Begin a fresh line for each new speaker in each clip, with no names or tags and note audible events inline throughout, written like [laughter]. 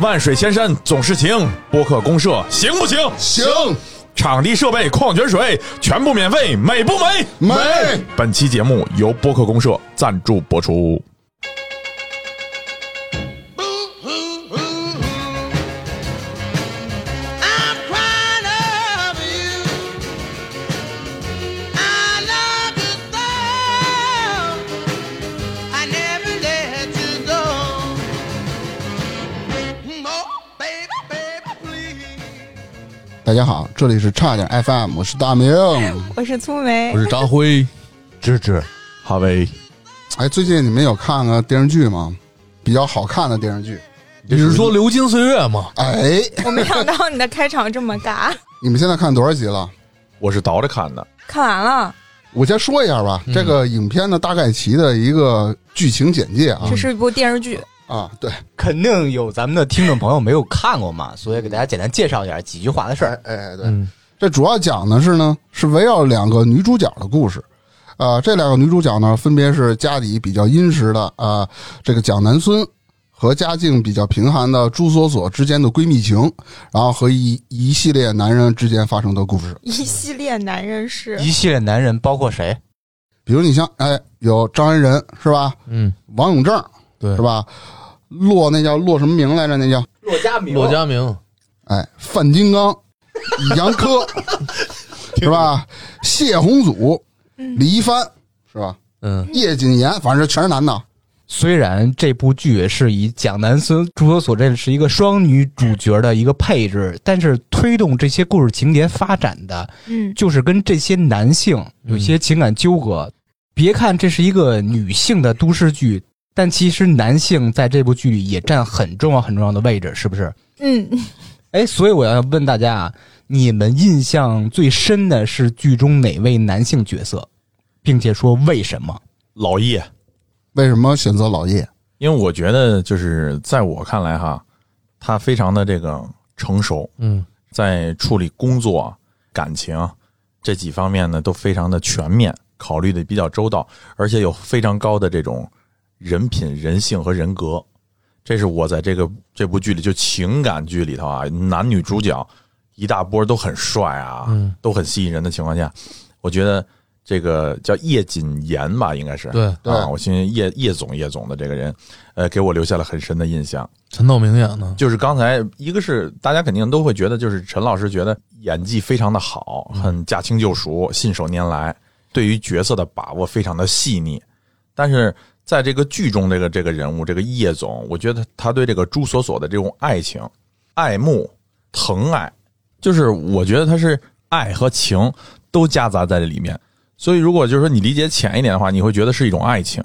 万水千山总是情，播客公社行不行？
行，
场地设备、矿泉水全部免费，美不美？
美
本期节目由播客公社赞助播出。
Boo hoo hoo hoo. I'm crying over you. I love you so. I never let you go. Oh, baby, baby, please.
大家好，这里是差点 FM，我是大
[laughs]
明。
我是粗梅，
是张辉，
芝芝，哈维，
哎，最近你们有看个电视剧吗？比较好看的电视剧。
你是说《流金岁月》吗？
哎，
我没想到你的开场这
[laughs]
么尬。
你们现在看多少集了？
我是倒着看的。
看完了，
我先说一下吧，
嗯
这个影片的大概其的一个剧情简介啊
这是一部电视剧，
啊，对，
肯定有咱们的听众朋友没有看过
嗯
嘛，所以给大家简单介绍一下几句话的事
哎
儿。
哎对，这主要讲的是呢，是围绕两个女主角的故事。啊、这两个女主角呢，分别是家底比较殷实的啊、这个蒋南孙和家境比较贫寒的朱锁锁之间的闺蜜情，然后和一一系列男人之间发生的故事。
一系列男人是
哎
一系列男人包括谁？
比如你像哎，有张恩仁是吧？
嗯，
王永正
对
是，吧？骆那叫骆什么明来着？那叫
骆家明
骆家明，
哎，范金刚、杨
[laughs]
科是吧？谢宏祖、李一帆是吧？
嗯，
叶谨言，反正全是男的。
虽然这部剧是以蒋南孙、朱锁锁这是一个双女主角的一个配置，但是推动这些故事情节发展的，
嗯，
就是跟这些男性有一些情感纠
嗯
葛。别看这是一个女性的都市剧，但其实男性在这部剧里也占很重要很重要的位置，是不是？
嗯，
哎，所以我要问大家啊，你们印象最深的是剧中哪位男性角色，并且说为什么？
老叶，
为什么选择老叶？
因为我觉得就是在我看来哈，他非常的这个成熟，
嗯，
在处理工作、感情啊这几方面呢，都非常的全面，考虑的比较周到，而且有非常高的这种人品、人性和人格。这是我在这个这部剧里，就情感剧里头啊，男女主角一大波都很帅啊，
嗯
都很吸引人的情况下，我觉得这个叫叶谨言吧，应该是
对
对
啊，我相信叶叶总叶总的这个人，呃，给我留下了很深的印象。
陈道明演
嗯
的，
就是刚才一个是大家肯定都会觉得，就是陈老师觉得演技非常的好，很驾轻就熟，信手拈来，对于角色的把握非常的细腻。但是在这个剧中，这个这个人物，这个叶总，我觉得他对这个朱锁锁的这种爱情、爱慕、疼爱，就是我觉得他是爱和情都夹杂在这里面。所以，如果就是说你理解浅一点的话，你会觉得是一种爱情。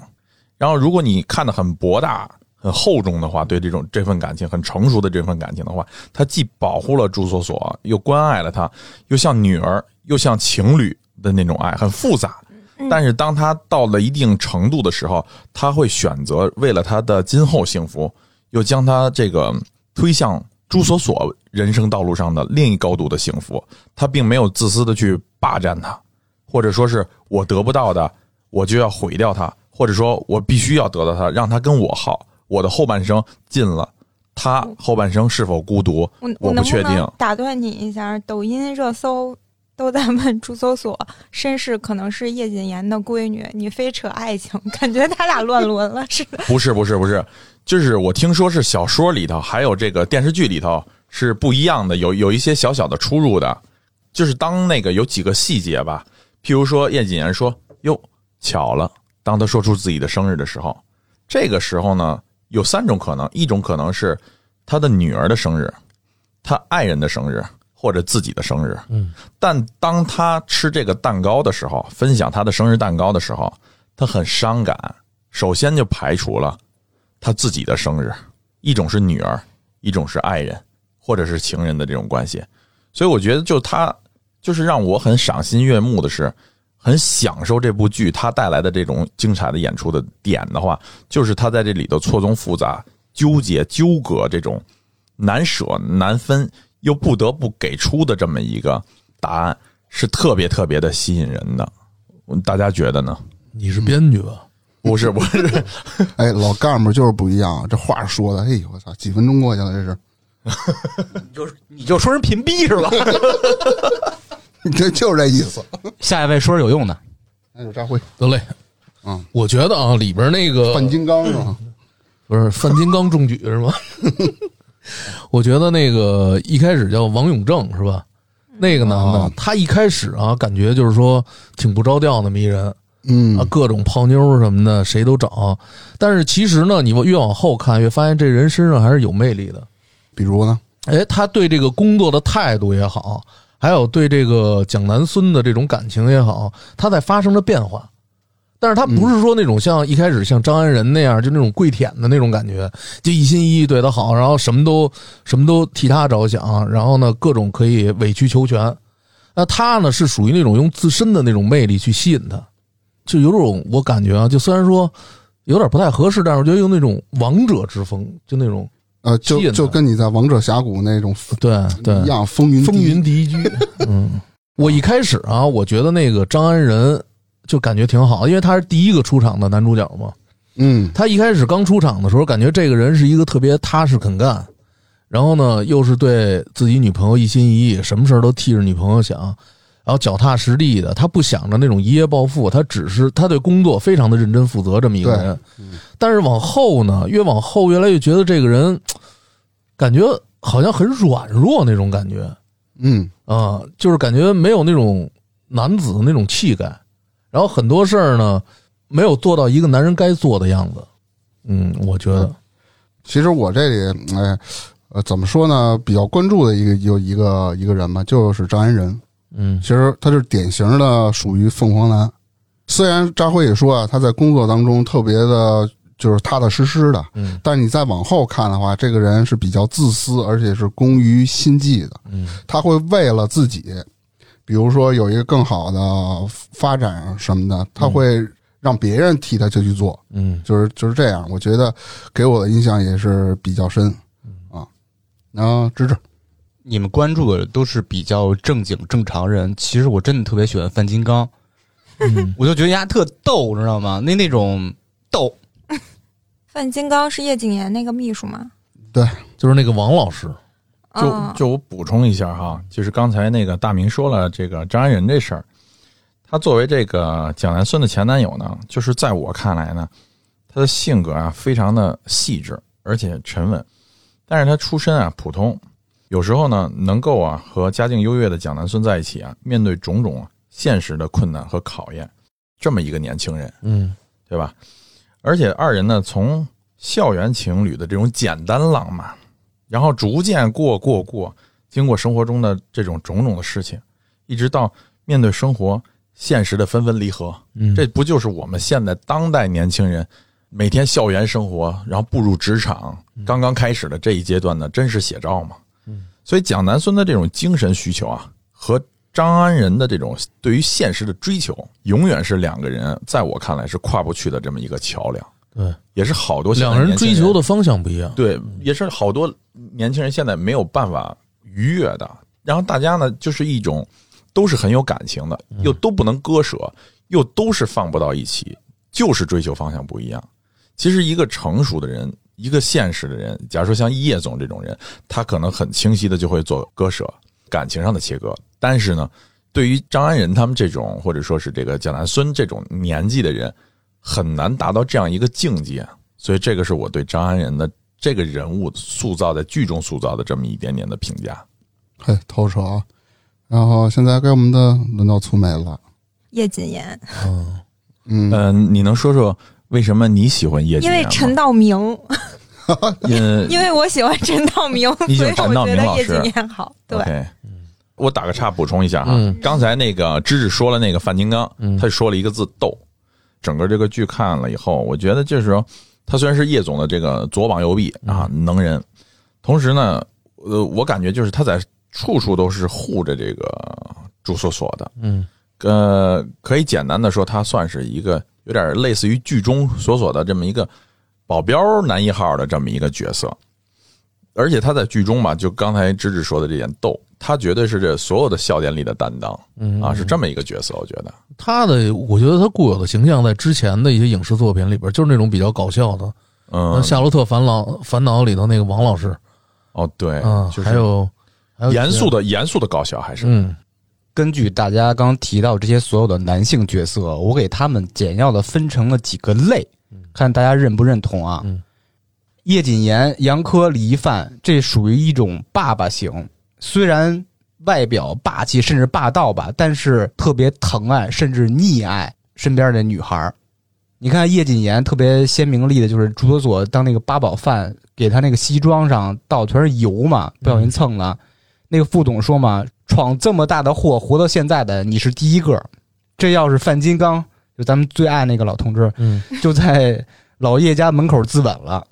然后，如果你看得很博大、很厚重的话，对这种这份感情很成熟的这份感情的话，他既保护了朱锁锁，又关爱了她，又像女儿，又像情侣的那种爱，很复杂。
嗯
但是，当他到了一定程度的时候，他会选择为了他的今后幸福，又将他这个推向朱锁锁人生道路上的另一高度的幸福。他并没有自私的去霸占它，或者说是我得不到的，我就要毁掉它，或者说我必须要得到它，让它跟我好。我的后半生尽了，他后半生是否孤独，
嗯
我
我
不
能不
确定
能。打断你一下？抖音热搜 [laughs] 都在问朱搜索身世可能是叶谨言的闺女，你非扯爱情，感觉他俩乱伦了似的。
[laughs] 不是不是不是，就是我听说是小说里头，还有这个电视剧里头是不一样的，有有一些小小的出入的。就是当那个有几个细节吧，譬如说叶谨言说：“哟，巧了！”当他说出自己的生日的时候，这个时候呢，有三种可能：一种可能是他的女儿的生日，他爱人的生日，或者自己的生日。
嗯，
但当他吃这个蛋糕的时候，分享他的生日蛋糕的时候，他很伤感。首先就排除了他自己的生日，一种是女儿，一种是爱人，或者是情人的这种关系。所以我觉得，就他就是让我很赏心悦目的是，很享受这部剧它带来的这种精彩的演出的点的话，就是他在这里头错综复杂、纠结、纠葛这种难舍难分，又不得不给出的这么一个答案，是特别特别的吸引人的。大家觉得呢？
你是编剧吧？
不是，不是，
啊哎，老干部就是不一样，这话说的，哎呦我操，几分钟过去了，这是 [laughs]
你就你就说人贫逼是吧？
这就是这意思。
[laughs] 下一位说是有用的，
那就扎辉，
得嘞。
嗯，
我觉得啊，里边那个
范金刚是吧？
不是范金刚中举是吗？ [laughs] 我觉得那个一开始叫王永正是吧？那个男的，
哦
他一开始啊，感觉就是说挺不着调那么一人啊，
嗯，
各种泡妞什么的，谁都找。但是其实呢，你越往后看，越发现这人身上还是有魅力的。
比如呢？
哎，他对这个工作的态度也好，还有对这个蒋南孙的这种感情也好，他在发生着变化。但是他不是说那种像一开始像张安仁那样，就那种跪舔的那种感觉，就一心一意对他好，然后什么都什么都替他着想，然后呢各种可以委曲求全。那他呢是属于那种用自身的那种魅力去吸引他，就有种我感觉啊，就虽然说有点不太合适，但是我觉得有那种王者之风，就那种
呃，
吸
就
引
就
的
跟你在《王者峡谷》那种
对啊对
一样，风云
风
第一
云第一 [laughs] 居。嗯，我一开始啊，我觉得那个张安仁就感觉挺好，因为他是第一个出场的男主角嘛。
嗯
他一开始刚出场的时候，感觉这个人是一个特别踏实肯干，然后呢，又是对自己女朋友一心一意，什么事儿都替着女朋友想，然后脚踏实地的，他不想着那种一夜暴富，他只是他对工作非常的认真负责这么一个人。但是往后呢，越往后越来越觉得这个人感觉好像很软弱那种感觉。
嗯，
啊，就是感觉没有那种男子的那种气概，然后很多事儿呢没有做到一个男人该做的样子。嗯，我觉得，
其实我这里哎。呃，怎么说呢？比较关注的一个有一个一个人吧，就是张安仁。
嗯
其实他就是典型的属于凤凰男。虽然扎辉也说啊，他在工作当中特别的，就是踏踏实实的，
嗯
但是你再往后看的话，这个人是比较自私，而且是工于心计的。
嗯
他会为了自己，比如说有一个更好的发展什么的，他会让别人替他去去做，
嗯，
就是就是这样。我觉得给我的印象也是比较深啊。然后芝芝，
你们关注的都是比较正经正常人，其实我真的特别喜欢范金刚，
嗯
我就觉得丫特逗，知道吗？那那种逗，
范金刚是叶谨言那个秘书吗？
就是那个王老师，
就
嗯
就我补充一下哈，就是刚才那个大明说了这个张安仁这事儿，他作为这个蒋南孙的前男友呢，就是在我看来呢，他的性格啊非常的细致，而且沉稳，但是他出身啊普通，有时候呢能够啊和家境优越的蒋南孙在一起啊，面对种种啊现实的困难和考验，这么一个年轻人，
嗯
对吧？而且二人呢，从校园情侣的这种简单浪漫，然后逐渐过过过，经过生活中的这种种种的事情，一直到面对生活现实的分分离合，
嗯，
这不就是我们现在当代年轻人每天校园生活，然后步入职场
嗯
刚刚开始的这一阶段的真实写照吗？所以蒋南孙的这种精神需求啊，和张安仁的这种对于现实的追求，永远是两个人在我看来是跨不去的这么一个桥梁，
对，
也是好多现在
两个人
年轻
追求的方向不一样。
对，也是好多年轻人现在没有办法逾越的。然后大家呢，就是一种都是很有感情的，又都不能割舍，又都是放不到一起，就是追求方向不一样。其实一个成熟的人，一个现实的人，假如说像叶总这种人，他可能很清晰的就会做割舍，感情上的切割。但是呢，对于张安仁他们这种，或者说是这个蒋南孙这种年纪的人，很难达到这样一个境界。啊所以这个是我对张安仁的这个人物塑造在剧中塑造的这么一点点的评价。
嘿，透彻啊。然后现在该我们的轮到粗眉了，
叶谨言，
嗯，
嗯，
嗯，你能说说为什么你喜欢叶
因
谨言
为
吗？
陈道明，
嗯因
因为我喜欢陈道明，
你喜
所以
欢
我
陈道
觉
明
得
老
叶
师
谨言好。对
o，k 我打个岔补充一下哈，
嗯
刚才那个芝芝说了那个范金刚，
嗯
他就说了一个字“斗”。整个这个剧看了以后，我觉得这时候他虽然是叶总的这个左膀右臂啊，
嗯
能人，同时呢，呃，我感觉就是他在处处都是护着这个朱锁锁的，
嗯，
呃，可以简单的说，他算是一个有点类似于剧中所所的这么一个保镖男一号的这么一个角色，而且他在剧中嘛，就刚才芝芝说的这点逗，他绝对是这所有的笑点里的担当，
嗯
啊，是这么一个角色，我觉得，
他的我觉得他固有的形象在之前的一些影视作品里边，就是那种比较搞笑的，
嗯
那，夏洛特烦恼》烦恼》里头那个王老师，
哦，对，
嗯，
就是
还有还有
严肃的严肃的搞笑还是、
嗯，
根据大家刚提到这些所有的男性角色，我给他们简要的分成了几个类，看大家认不认同啊？
嗯
叶谨言、杨科、李易范，这属于一种爸爸型，虽然外表霸气甚至霸道吧，但是特别疼爱甚至溺爱身边的女孩儿。你看叶谨言特别鲜明的例子就是朱锁锁当那个八宝饭给他那个西装上倒全是油嘛，不小心蹭了。那个副总说嘛，闯这么大的祸，活到现在的你是第一个。这要是范金刚，就咱们最爱那个老同志，
嗯，
[laughs]
就在老叶家门口自刎了。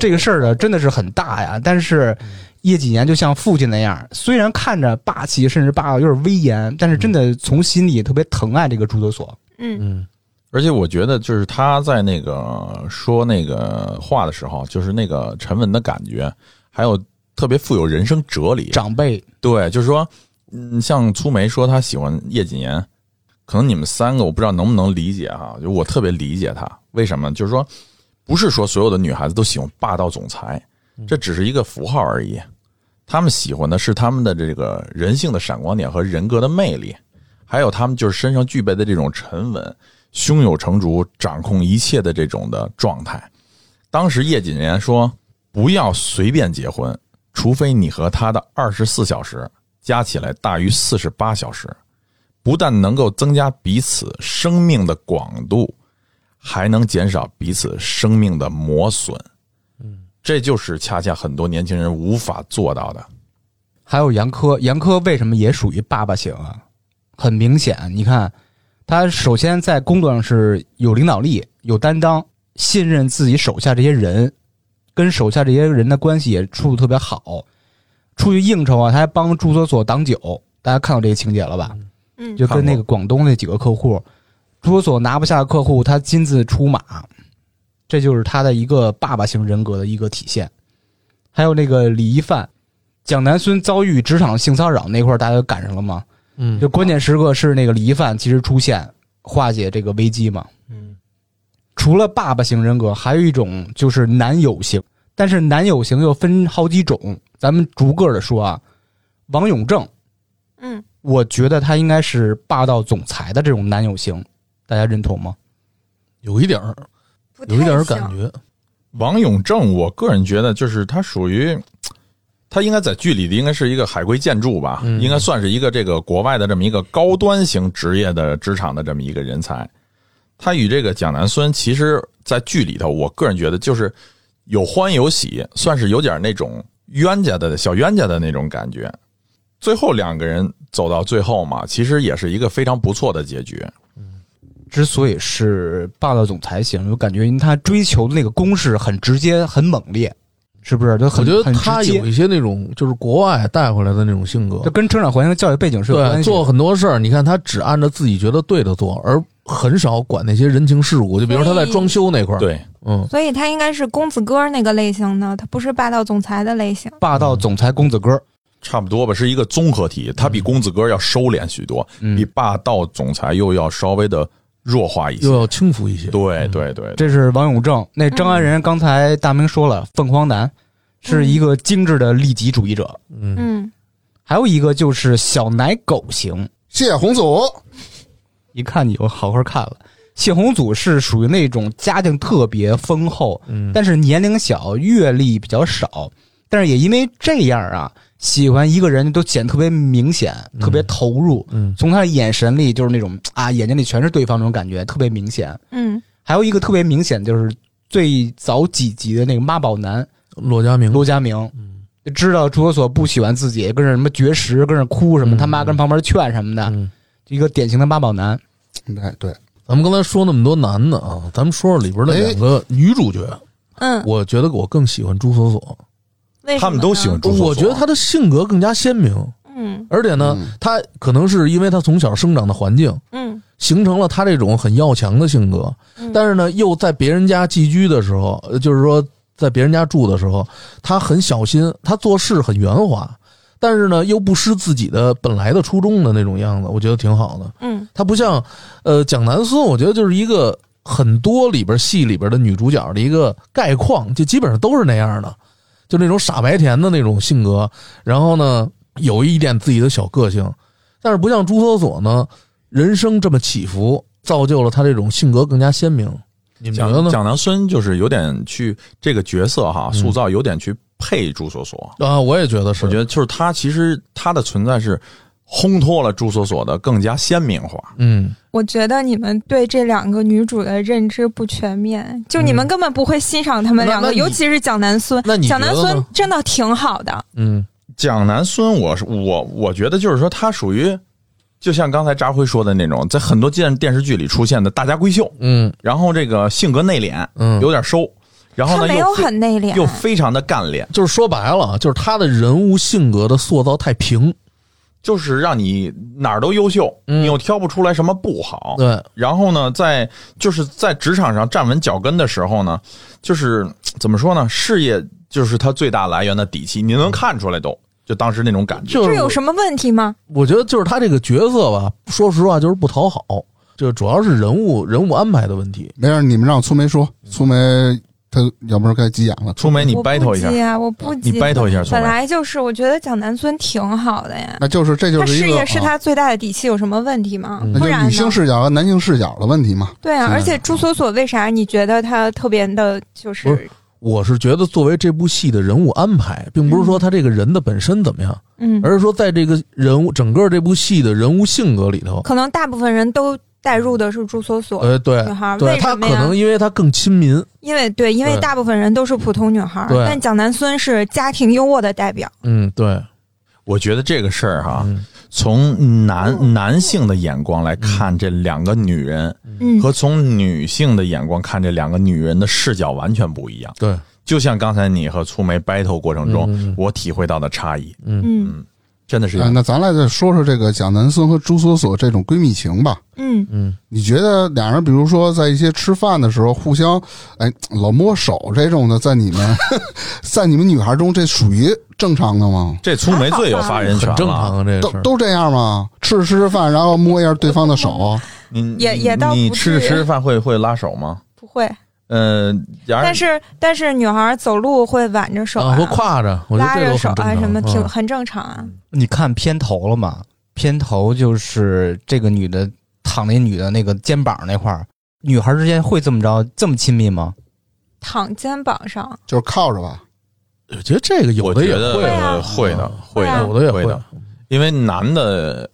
这个事儿呢，啊真的是很大呀。但是叶谨言就像父亲那样，虽然看着霸气，甚至霸道，有点威严，但是真的从心里特别疼爱这个朱德所。
嗯，
嗯
而且我觉得就是他在那个说那个话的时候，就是那个沉稳的感觉，还有特别富有人生哲理。
长辈
对，就是说，嗯，像粗梅说她喜欢叶谨言，可能你们三个我不知道能不能理解哈、就我特别理解她，为什么？就是说，不是说所有的女孩子都喜欢霸道总裁，这只是一个符号而已。她们喜欢的是她们的这个人性的闪光点和人格的魅力，还有她们就是身上具备的这种沉稳、胸有成竹、掌控一切的这种的状态。当时叶谨言说：“不要随便结婚，除非你和他的二十四小时加起来大于四十八小时，不但能够增加彼此生命的广度，还能减少彼此生命的磨损。嗯，这就是恰恰很多年轻人无法做到的。
还有杨科，杨科为什么也属于爸爸型啊？很明显，你看他首先在工作上是有领导力、有担当，信任自己手下这些人，跟手下这些人的关系也处的特别好。出去应酬啊，他还帮朱锁锁挡酒，大家看到这个情节了吧？
嗯
就跟那
看
个
过
广东那几个客户，朱锁锁拿不下客户，他亲自出马，这就是他的一个爸爸型人格的一个体现。还有那个李一范，蒋南孙遭遇职场性骚扰那块儿，大家都赶上了吗？
嗯，
就关键时刻是那个李一范及时出现，化解这个危机嘛。
嗯
除了爸爸型人格，还有一种就是男友型，但是男友型又分好几种，咱们逐个的说啊。王永正，
嗯，
我觉得他应该是霸道总裁的这种男友型，大家认同吗？
有一点儿，
不太
有一点儿
像
感觉，
王永正，我个人觉得就是他属于，他应该在剧里的应该是一个海归建筑吧，
嗯
应该算是一个这个国外的这么一个高端型职业的职场的这么一个人才。他与这个蒋南孙，其实在剧里头，我个人觉得就是有欢有喜，算是有点那种冤家的小冤家的那种感觉。最后两个人走到最后嘛，其实也是一个非常不错的结局。
之所以是霸道总裁型，我感觉因为他追求的那个攻势很直接、很猛烈，是不是？就
我
很
觉得
很
他
直接
有一些那种就是国外带回来的那种性格
这，跟成长环境、教育背景是有
对，
关系的。
做很多事儿，你看他只按照自己觉得对的做，而很少管那些人情世故。就比如他在装修那块儿，，
对，
嗯，
所以他应该是公子哥那个类型的，他不是霸道总裁的类型。
霸道总裁公子哥，
差不多吧，是一个综合体。他比公子哥要收敛许多，
嗯
比霸道总裁又要稍微的弱化一些
又。要轻浮一些。嗯
对对对，
这是王永正。那张安仁刚才大明说了，凤凰男是一个精致的利己主义者，
嗯，
嗯，
还有一个就是小奶狗型。
谢宏祖，
一看你就好好看了。谢宏祖是属于那种家境特别丰厚，
嗯
但是年龄小，阅历比较少，但是也因为这样啊，喜欢一个人都显得特别明显，特别投入。
嗯
从他的眼神里就是那种啊，眼睛里全是对方那种感觉，特别明显。
嗯，
还有一个特别明显就是最早几集的那个妈宝男
骆家明，
罗家明，
嗯
知道朱锁锁不喜欢自己，跟着什么绝食，跟着哭什么，
嗯
他妈跟旁边劝什么的，
嗯，
一个典型的妈宝男。
哎，对，
咱们刚才说那么多男的啊，咱们说说里边的两个女主角。
嗯，
我觉得我更喜欢朱锁锁，
为什么呢
他们都喜欢朱锁锁
我觉得她的性格更加鲜明，
嗯
而且呢，她可能是因为她从小生长的环境，
嗯
形成了他这种很要强的性格，
嗯
但是呢，又在别人家寄居的时候，呃就是说在别人家住的时候，他很小心，他做事很圆滑，但是呢，又不失自己的本来的初衷的那种样子，我觉得挺好的。
嗯
他不像，呃，蒋南孙，我觉得就是一个很多里边戏里边的女主角的一个概况，就基本上都是那样的。就那种傻白甜的那种性格，然后呢有一点自己的小个性，但是不像朱锁锁呢，人生这么起伏，造就了他这种性格更加鲜明。你们觉得
蒋
呢？
蒋南孙就是有点去这个角色哈，
嗯
塑造有点去配朱锁锁。
啊，我也觉得是，
我觉得就是他其实他的存在是烘托了朱锁锁的更加鲜明化。
嗯，
我觉得你们对这两个女主的认知不全面，就你
嗯
们根本不会欣赏她们两个，
那那你
尤其是蒋南孙
那你。觉
蒋
得呢
南孙真的挺好的，
嗯，
蒋南孙我，是我我觉得就是说他属于，就像刚才扎辉说的那种，在很多电电视剧里出现的大家闺秀，
嗯
然后这个性格内敛，
嗯
有点收，然后
她
呢
没
又
有
非
很内敛，
又非常的干练，
就是说白了，啊就是他的人物性格的塑造太平。
就是让你哪儿都优秀，
嗯
你又挑不出来什么不好。
对，
然后呢，在就是在职场上站稳脚跟的时候呢，就是嘖怎么说呢？事业就是他最大来源的底气，你能看出来都，就当时那种感觉。
就
这
是
有什么问题吗？
我觉得就是他这个角色吧，说实话就是不讨好，就主要是人物人物安排的问题。
没事，你们让粗梅说，粗梅她要不然该急眼了。
粗梅，你
我不
battle 一下，
急啊，我不
你
急。
battle 一下，粗
本
梅。
来就是，我觉得蒋南孙挺好的呀，
那就是这就
他
是一个
事业是
啊
他最大的底气，有什么问题
嗯
吗？
那
不
就
然
是女
呢
性视角和男性视角的问题嘛。
对
现
啊，
在
而且朱锁锁为啥你觉得她特别的，就
嗯不
是
我是觉得作为这部戏的人物安排，并不是说他这个人的本身怎么样，
嗯，
而是说在这个人物整个这部戏的人物性格里头，
可能大部分人都带入的是朱锁锁，
呃，对
女孩儿
对，
为
他
什么
可
呀
能因为他更亲民，
因为对，因为
对
大部分人都是普通女孩儿，
对
但蒋南孙是家庭优渥的代表。
嗯，对，
我觉得这个事儿哈，
嗯
从男男性的眼光来看这两个女人，
嗯，
和从女性的眼光看这两个女人的视角完全不一样。
对，
就像刚才你和粗梅 battle 过程中，
嗯嗯嗯
我体会到的差异，
嗯
真的是一
啊，
样。
那咱来再说说这个蒋南孙和朱锁锁这种闺蜜情吧。
嗯，
嗯
你觉得俩人，比如说在一些吃饭的时候互相，哎，老摸手这种的，在你们，在你们女孩中，这属于正常的吗？
这粗梅最有发言权
很
了，
正常啊，这个
都
事儿。
都这样吗？吃着吃着饭，然后摸一下对方的
[laughs]
手，
你
也
你
也倒
你
不
吃着
至于
吃着饭会会拉手吗？
不会，
呃，然而
但是但是女孩儿走路会挽着手
啊，会挎着，我觉得
拉
这个
着手
都很正
啊
常
什么，挺
嗯
很正常啊。
你看片头了吗？片头就是这个女的躺那女的那个肩膀那块儿，女孩之间会这么着这么亲密吗？
躺肩膀
哦
上，
就是靠着吧。
我觉得这个有
我
的
觉
也
得
会啊，
呃会的，会
会啊
的，
有的也
会
会
的，，因为男的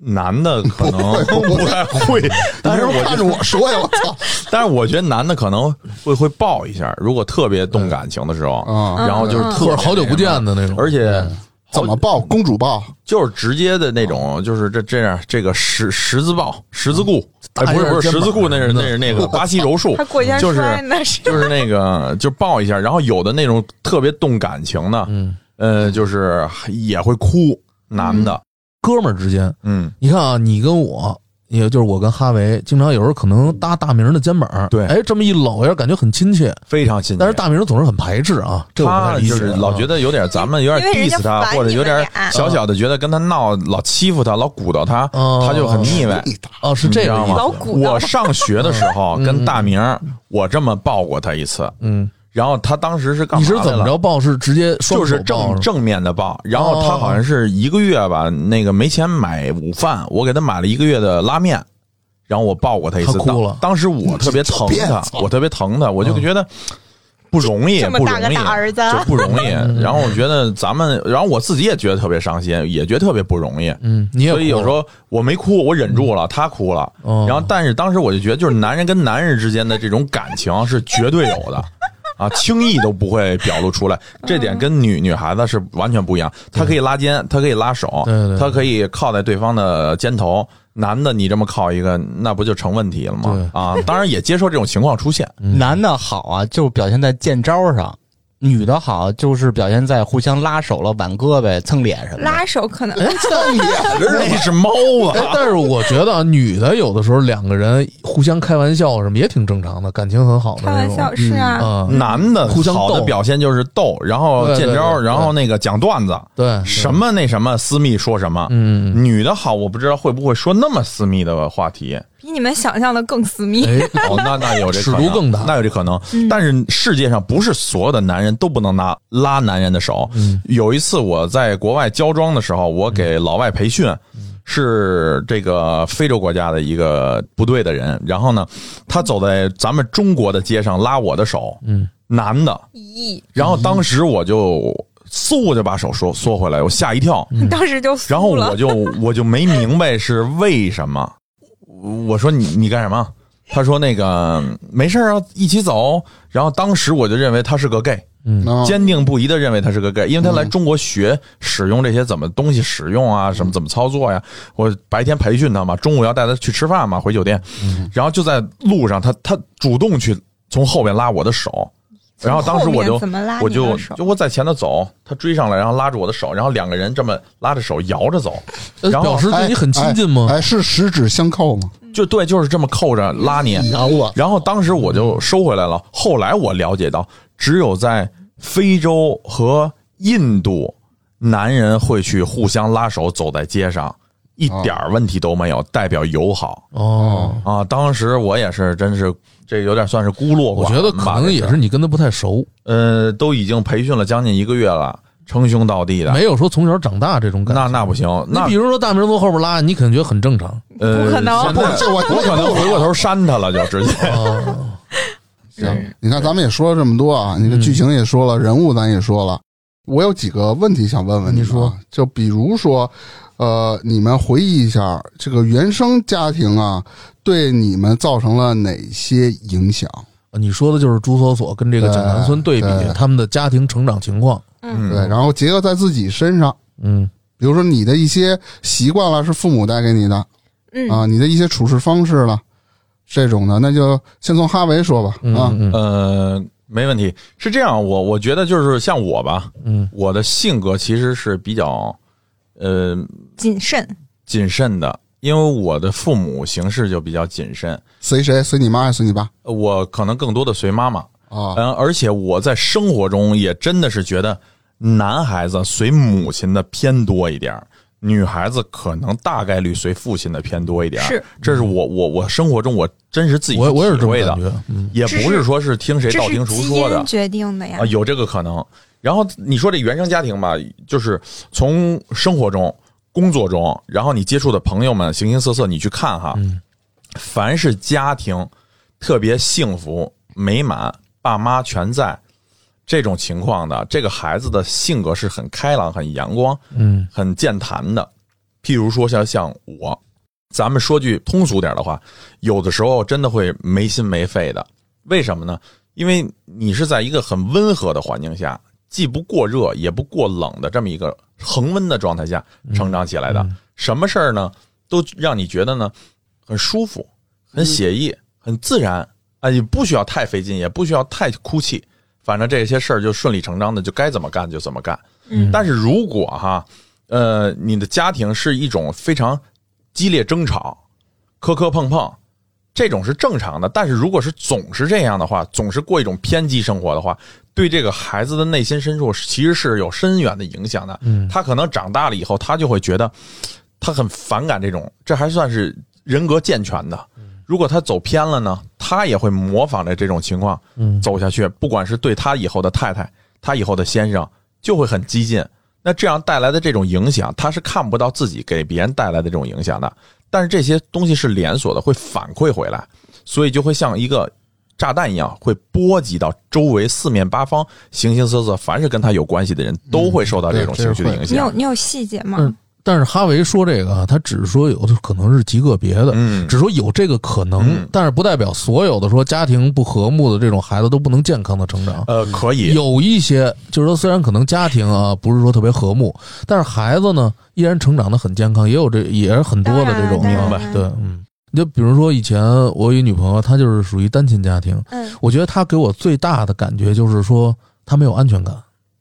男的可能
不
不太会，但是
你
我觉
看
得
着
[laughs]
我说呀，我操
但是我觉得男的可能会会抱一下，如果特别动感情的时候，
啊！
然后就是
嗯
特
嗯或
别
者好久不见嗯的那种，
而且
怎么抱？公主抱？
就是直接的那
哦
种，就是这这样这个十十字抱十字固，哎，
打一
不
下
是不是
肩
十
膀
字固，那
[laughs]
是
嗯
那是那个巴西柔术
她，过肩
就是
摔那是。
[laughs] 就是那个就抱一下，然后有的那种特别动感情的，
嗯，
呃，就是也会哭，男的，
哥们儿之间，
嗯，
你看啊，你跟我，也就是我跟哈维，经常有时候可能搭大明儿的肩膀，
对
哎，这么一搂一下，感觉很亲切。
非常亲切。
但是大明儿总是很排斥啊，这我不太
他
理解
就
啊。
是老觉得有点咱们有点
因为人家
diss 他，
烦
或者有点
你们俩
小小的觉得跟他闹，老欺负他，老鼓捣他，
哦
他就很腻歪。
你打
哦，是这样
你知
吗？
道
老
吗？
鼓捣
我上学的时候
[laughs] 嗯
跟大明儿，我这么抱过他一次，
嗯，
然后他当时是干
你
嘛
是
来
怎么
了
着抱？是直接双
就
手
是
抱
正
吗
正面的抱，然后他好像是一个月吧，那个没钱买午饭，我给他买了一个月的拉面，然后我抱过他一次，
他哭了
当当时我特别
[laughs]
疼
你这
他
变，态
我特别疼他，我就觉得不容易，
这么
不
大
容
个
易，
大儿子
就不容
[laughs]
易。
嗯
然后我觉得咱们，然后我自己也觉得特别伤心，也觉得特别不容易。
嗯，你也
所以有时
候
候我没哭，我忍住了，他哭了。
哦
然后，但是当时我就觉得，就是男人跟男人之间的这种感情是绝对有的。啊，轻易都不会表露出来，这点跟女女孩子是完全不一样。她可以拉肩，她可以拉手
对对，对
她可以靠在对方的肩头。男的，你这么靠一个，那不就成问题了吗？啊，当然也接受这种情况出现。
男的好啊，就表现在见招上；女的好，啊就是表现在互相拉手了、挽胳膊、蹭脸什么的。
拉手可能
[laughs] 那是猫
哎 [laughs]
啊，，
但是我觉得啊，女的有的时候两个人互相开玩笑什么也挺正常的，感情很好的
开
那
玩
种
笑是啊，
啊，
男的
互相
好的
斗
表现就是逗，然后
对对
见招，
对对
然后那个讲段子，
对，
什么那什么私密说什么。
嗯，
女的好，我不知道会不会说那么私密的话题。
比你们想象的更私密。
哎，
哦，那那有这
尺
可能
度更大
那有这可能。但是世界上不是所有的男人都不能拿拉男人的手。
嗯
有一次我在国外教装的时候，我给老外培训，
嗯
是这个非洲国家的一个部队的人，然后呢，他走在咱们中国的街上拉我的手，
嗯，
男的，
咦，
然后当时我就嗖就把手缩缩回来，我吓一跳，
嗯
当时就
然后
酥了
我。就我就没明白是为什么。我说你你干什么？他说那个没事儿啊，一起走。然后当时我就认为他是个 gay，
哦
啊
坚定不移的认为他是个 gay，因为他来中国学使用这些怎么东西使用啊，什么怎么操作呀。我白天培训他嘛，中午要带他去吃饭嘛，回酒店。
嗯
然后就在路上，他他主动去从后边拉我的手，然后当时我
后
就
面怎么拉
我
你的
就
手
就我在前头走，他追上来，然后拉着我的手，然后两个人这么拉着手摇着走，
呃
然后
表示对你很亲近吗
哎？？哎是十指相扣吗？
就对，就是这么扣着拉你。
呀我
然后当时我就收回来了。后来我了解到，只有在非洲和印度，男人会去互相拉手走在街上，一点儿问题都没有，代表友好
哦，
啊。当时我也是，真是这有点算是孤落寡
我
吧。
觉得可能也
这
是你跟他不太熟，
呃，都已经培训了将近一个月了，称兄道弟的。
没有说从小长大这种感觉。
啊那那不行，
你
哦那
比如说大明从后边拉，你可能觉得很正常。
呃，
不可能
现
不
在
是这我
我可能回过头扇他了，就直接。
行，你看咱们也说了这么多啊，你
嗯
的剧情也说了，人物咱也说了，我有几个问题想问问
你
们啊
说，
就比如说，呃，你们回忆一下这个原生家庭啊，对你们造成了哪些影响？
你说的就是朱锁锁跟这个蒋南孙对比
对对
他们的家庭成长情况。
嗯
对，然后结合在自己身上，
嗯，
比如说你的一些习惯了是父母带给你的
嗯
啊，你的一些处事方式了。这种的，那就先从哈维说吧
嗯
啊，
嗯
呃，没问题，是这样，我我觉得就是像我吧，
嗯，
我的性格其实是比较呃
谨慎，
谨慎的，因为我的父母行事就比较谨慎，
随谁随你妈还是随你爸
我可能更多的随妈妈，
啊？
呃
嗯、而且我在生活中也真的是觉得男孩子随母亲的偏多一点儿女孩子可能大概率随父亲的偏多一点儿
是，
这是我我我生活中我真实自己
我我也是
体
这么
会的
感，觉。嗯
也不是说是听谁
这
道
是
听途
基
说的
因，决定的呀
啊，。有这个可能。然后你说这原生家庭吧，就是从生活中、工作中，然后你接触的朋友们形形色色，你去看哈，
嗯
凡是家庭特别幸福美满，爸妈全在这种情况的，这个孩子的性格是很开朗、很阳光、
嗯
很健谈的。譬如说像像我，咱们说句通俗点的话，有的时候真的会没心没肺的。为什么呢？因为你是在一个很温和的环境下，既不过热也不过冷的这么一个恒温的状态下成长起来的。什么事儿呢，都让你觉得呢很舒服、很写意、很自然啊，也不需要太费劲，也不需要太哭泣，反正这些事儿就顺理成章的，就该怎么干就怎么干。
嗯
但是如果哈，呃，你的家庭是一种非常激烈争吵、磕磕碰碰，这种是正常的。但是如果是总是这样的话，总是过一种偏激生活的话，对这个孩子的内心深处其实是有深远的影响的。
嗯
他可能长大了以后，他就会觉得他很反感这种，这还算是人格健全的。如果他走偏了呢，他也会模仿着这种情况
嗯
走下去。不管是对他以后的太太，他以后的先生，就会很激进。那这样带来的这种影响，他是看不到自己给别人带来的这种影响的。但是这些东西是连锁的，会反馈回来，所以就会像一个炸弹一样，会波及到周围四面八方、形形色色，凡是跟他有关系的人都会受到这种情绪的影
你有
响。
你有细节吗？
嗯，但是哈维说这个啊，他只是说有的可能是极个别的，
嗯
只说有这个可能
嗯，
但是不代表所有的说家庭不和睦的这种孩子都不能健康的成长。
呃，可以，
有一些就是说，虽然可能家庭啊不是说特别和睦，但是孩子呢依然成长的很健康，也有这也是很多的这种
当然
啊
明白
对，嗯，你就比如说以前我有一女朋友，她就是属于单亲家庭，
嗯
我觉得她给我最大的感觉就是说她没有安全感，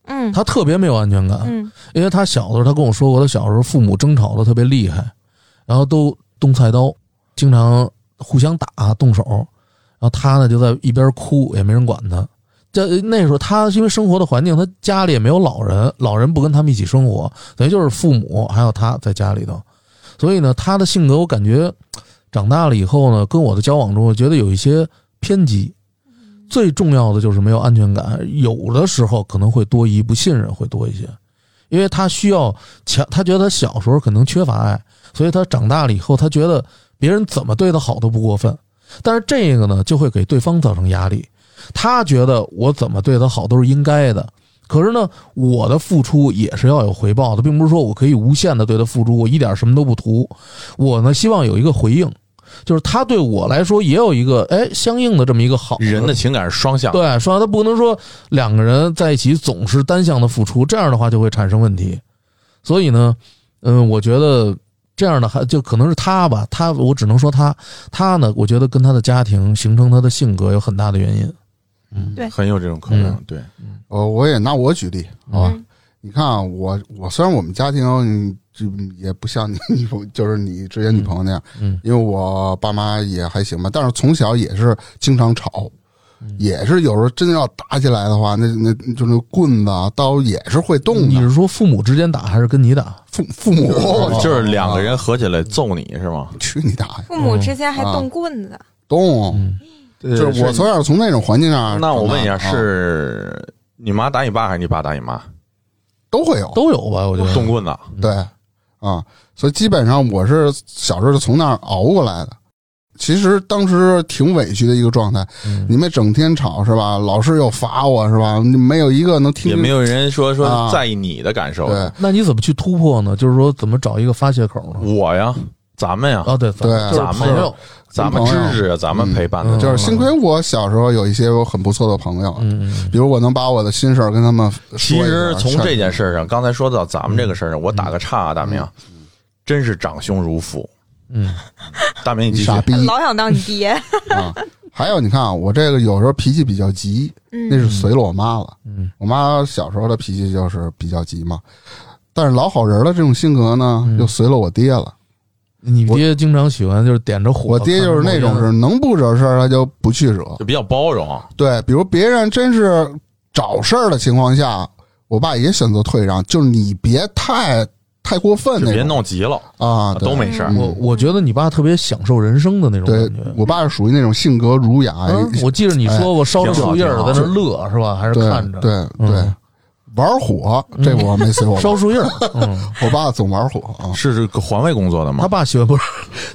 嗯
她特别没有安全
啊
感，
嗯
因为她小的时候她跟我说过，她小时候父母争吵的特别厉害，然后都动菜刀，经常互相打动手，然后她呢就在一边哭，也没人管她。这那时候她因为生活的环境，她家里也没有老人，老人不跟他们一起生活，等于就是父母还有她在家里头，所以呢，她的性格我感觉长大了以后呢，跟我的交往中，我觉得有一些偏激。最重要的就是没有安全感，有的时候可能会多疑，不信任会多一些，因为他需要强，他觉得他小时候可能缺乏爱，所以他长大了以后，他觉得别人怎么对他好都不过分，但是这个呢，就会给对方造成压力，他觉得我怎么对他好都是应该的。可是呢，我的付出也是要有回报的，并不是说我可以无限的对他付出，我一点什么都不图。我呢，希望有一个回应，就是他对我来说也有一个哎相应的这么一个好
人的情感是双向的，
对，说他不能说两个人在一起总是单向的付出，这样的话就会产生问题。所以呢，嗯，我觉得这样的还就可能是他吧，他我只能说他，他呢，我觉得跟他的家庭形成他的性格有很大的原因。嗯，
对
很有这种可能。
嗯
对，
呃，我也拿我举例，
好吧，
嗯
你看啊，我我虽然我们家庭嗯就也不像你女朋 [laughs] 就是你之前女朋友那样，
嗯
因为我爸妈也还行吧，但是从小也是经常吵，
嗯
也是有时候真要打起来的话，那那就那棍子啊刀也是会动
你
的。
是说父母之间打还是跟你打？
父父母哦
就是两个人合起来揍你是吗？
[laughs] 去你大爷，
父母之
嗯
间还
啊
动棍子，
动！
嗯
就是我从小从那种环境上长大
那
的，
我问一下，
啊
是你妈打你爸还是你爸打你妈？
都会有
都有吧，我觉得。
动棍子，
嗯
对啊，所以基本上我是小时候就从那儿熬过来的。其实当时挺委屈的一个状态，
嗯
你们整天吵是吧？老师又罚我是吧？没有一个能听
也没有人说说
啊
在意你的感受。
对
那你怎么去突破呢？就是说，怎么找一个发泄口呢？
我呀，咱们呀，
啊，对，
嗯对
就是
咱们
朋友，
咱们支持呀，咱们陪伴
嗯
的，
就是幸亏我小时候有一些很不错的朋友，
嗯，嗯
比如我能把我的心事儿跟他们说
其实从这件
事，
事上，刚才说到咱们这个事儿上，我打个岔啊，大明，真是长兄如父。
[laughs]
嗯，
大明，你
你
继续
[laughs]
傻逼
老想当你爹。
啊！还有你看啊，我这个有时候脾气比较急，那
嗯，
是随了我妈了。
嗯，
我妈小时候的脾气就是比较急嘛，但是老好人的这种性格呢，
嗯
又随了我爹了。
你爹经常喜欢就是点着火，
我爹就是那种是能不惹事儿他就不去惹。
就比较包容。
对，比如别人真是找事儿的情况下，我爸也选择退让，就是你别太太过分
就
那
别
种
弄急了，
啊，对
都没事儿。
我我觉得你爸特别享受人生的那种
对
感觉。
我哎爸是属于那种性格儒雅，
嗯，我记得你说过烧着树叶儿在那
挺好
乐是吧？还是
对
看着
对对
嗯
玩火，这我没随我
[laughs]
爸
烧树叶儿。
[laughs]
嗯，
我爸总玩火啊。
是这个环卫工作的
他
吗？
爸喜欢不是，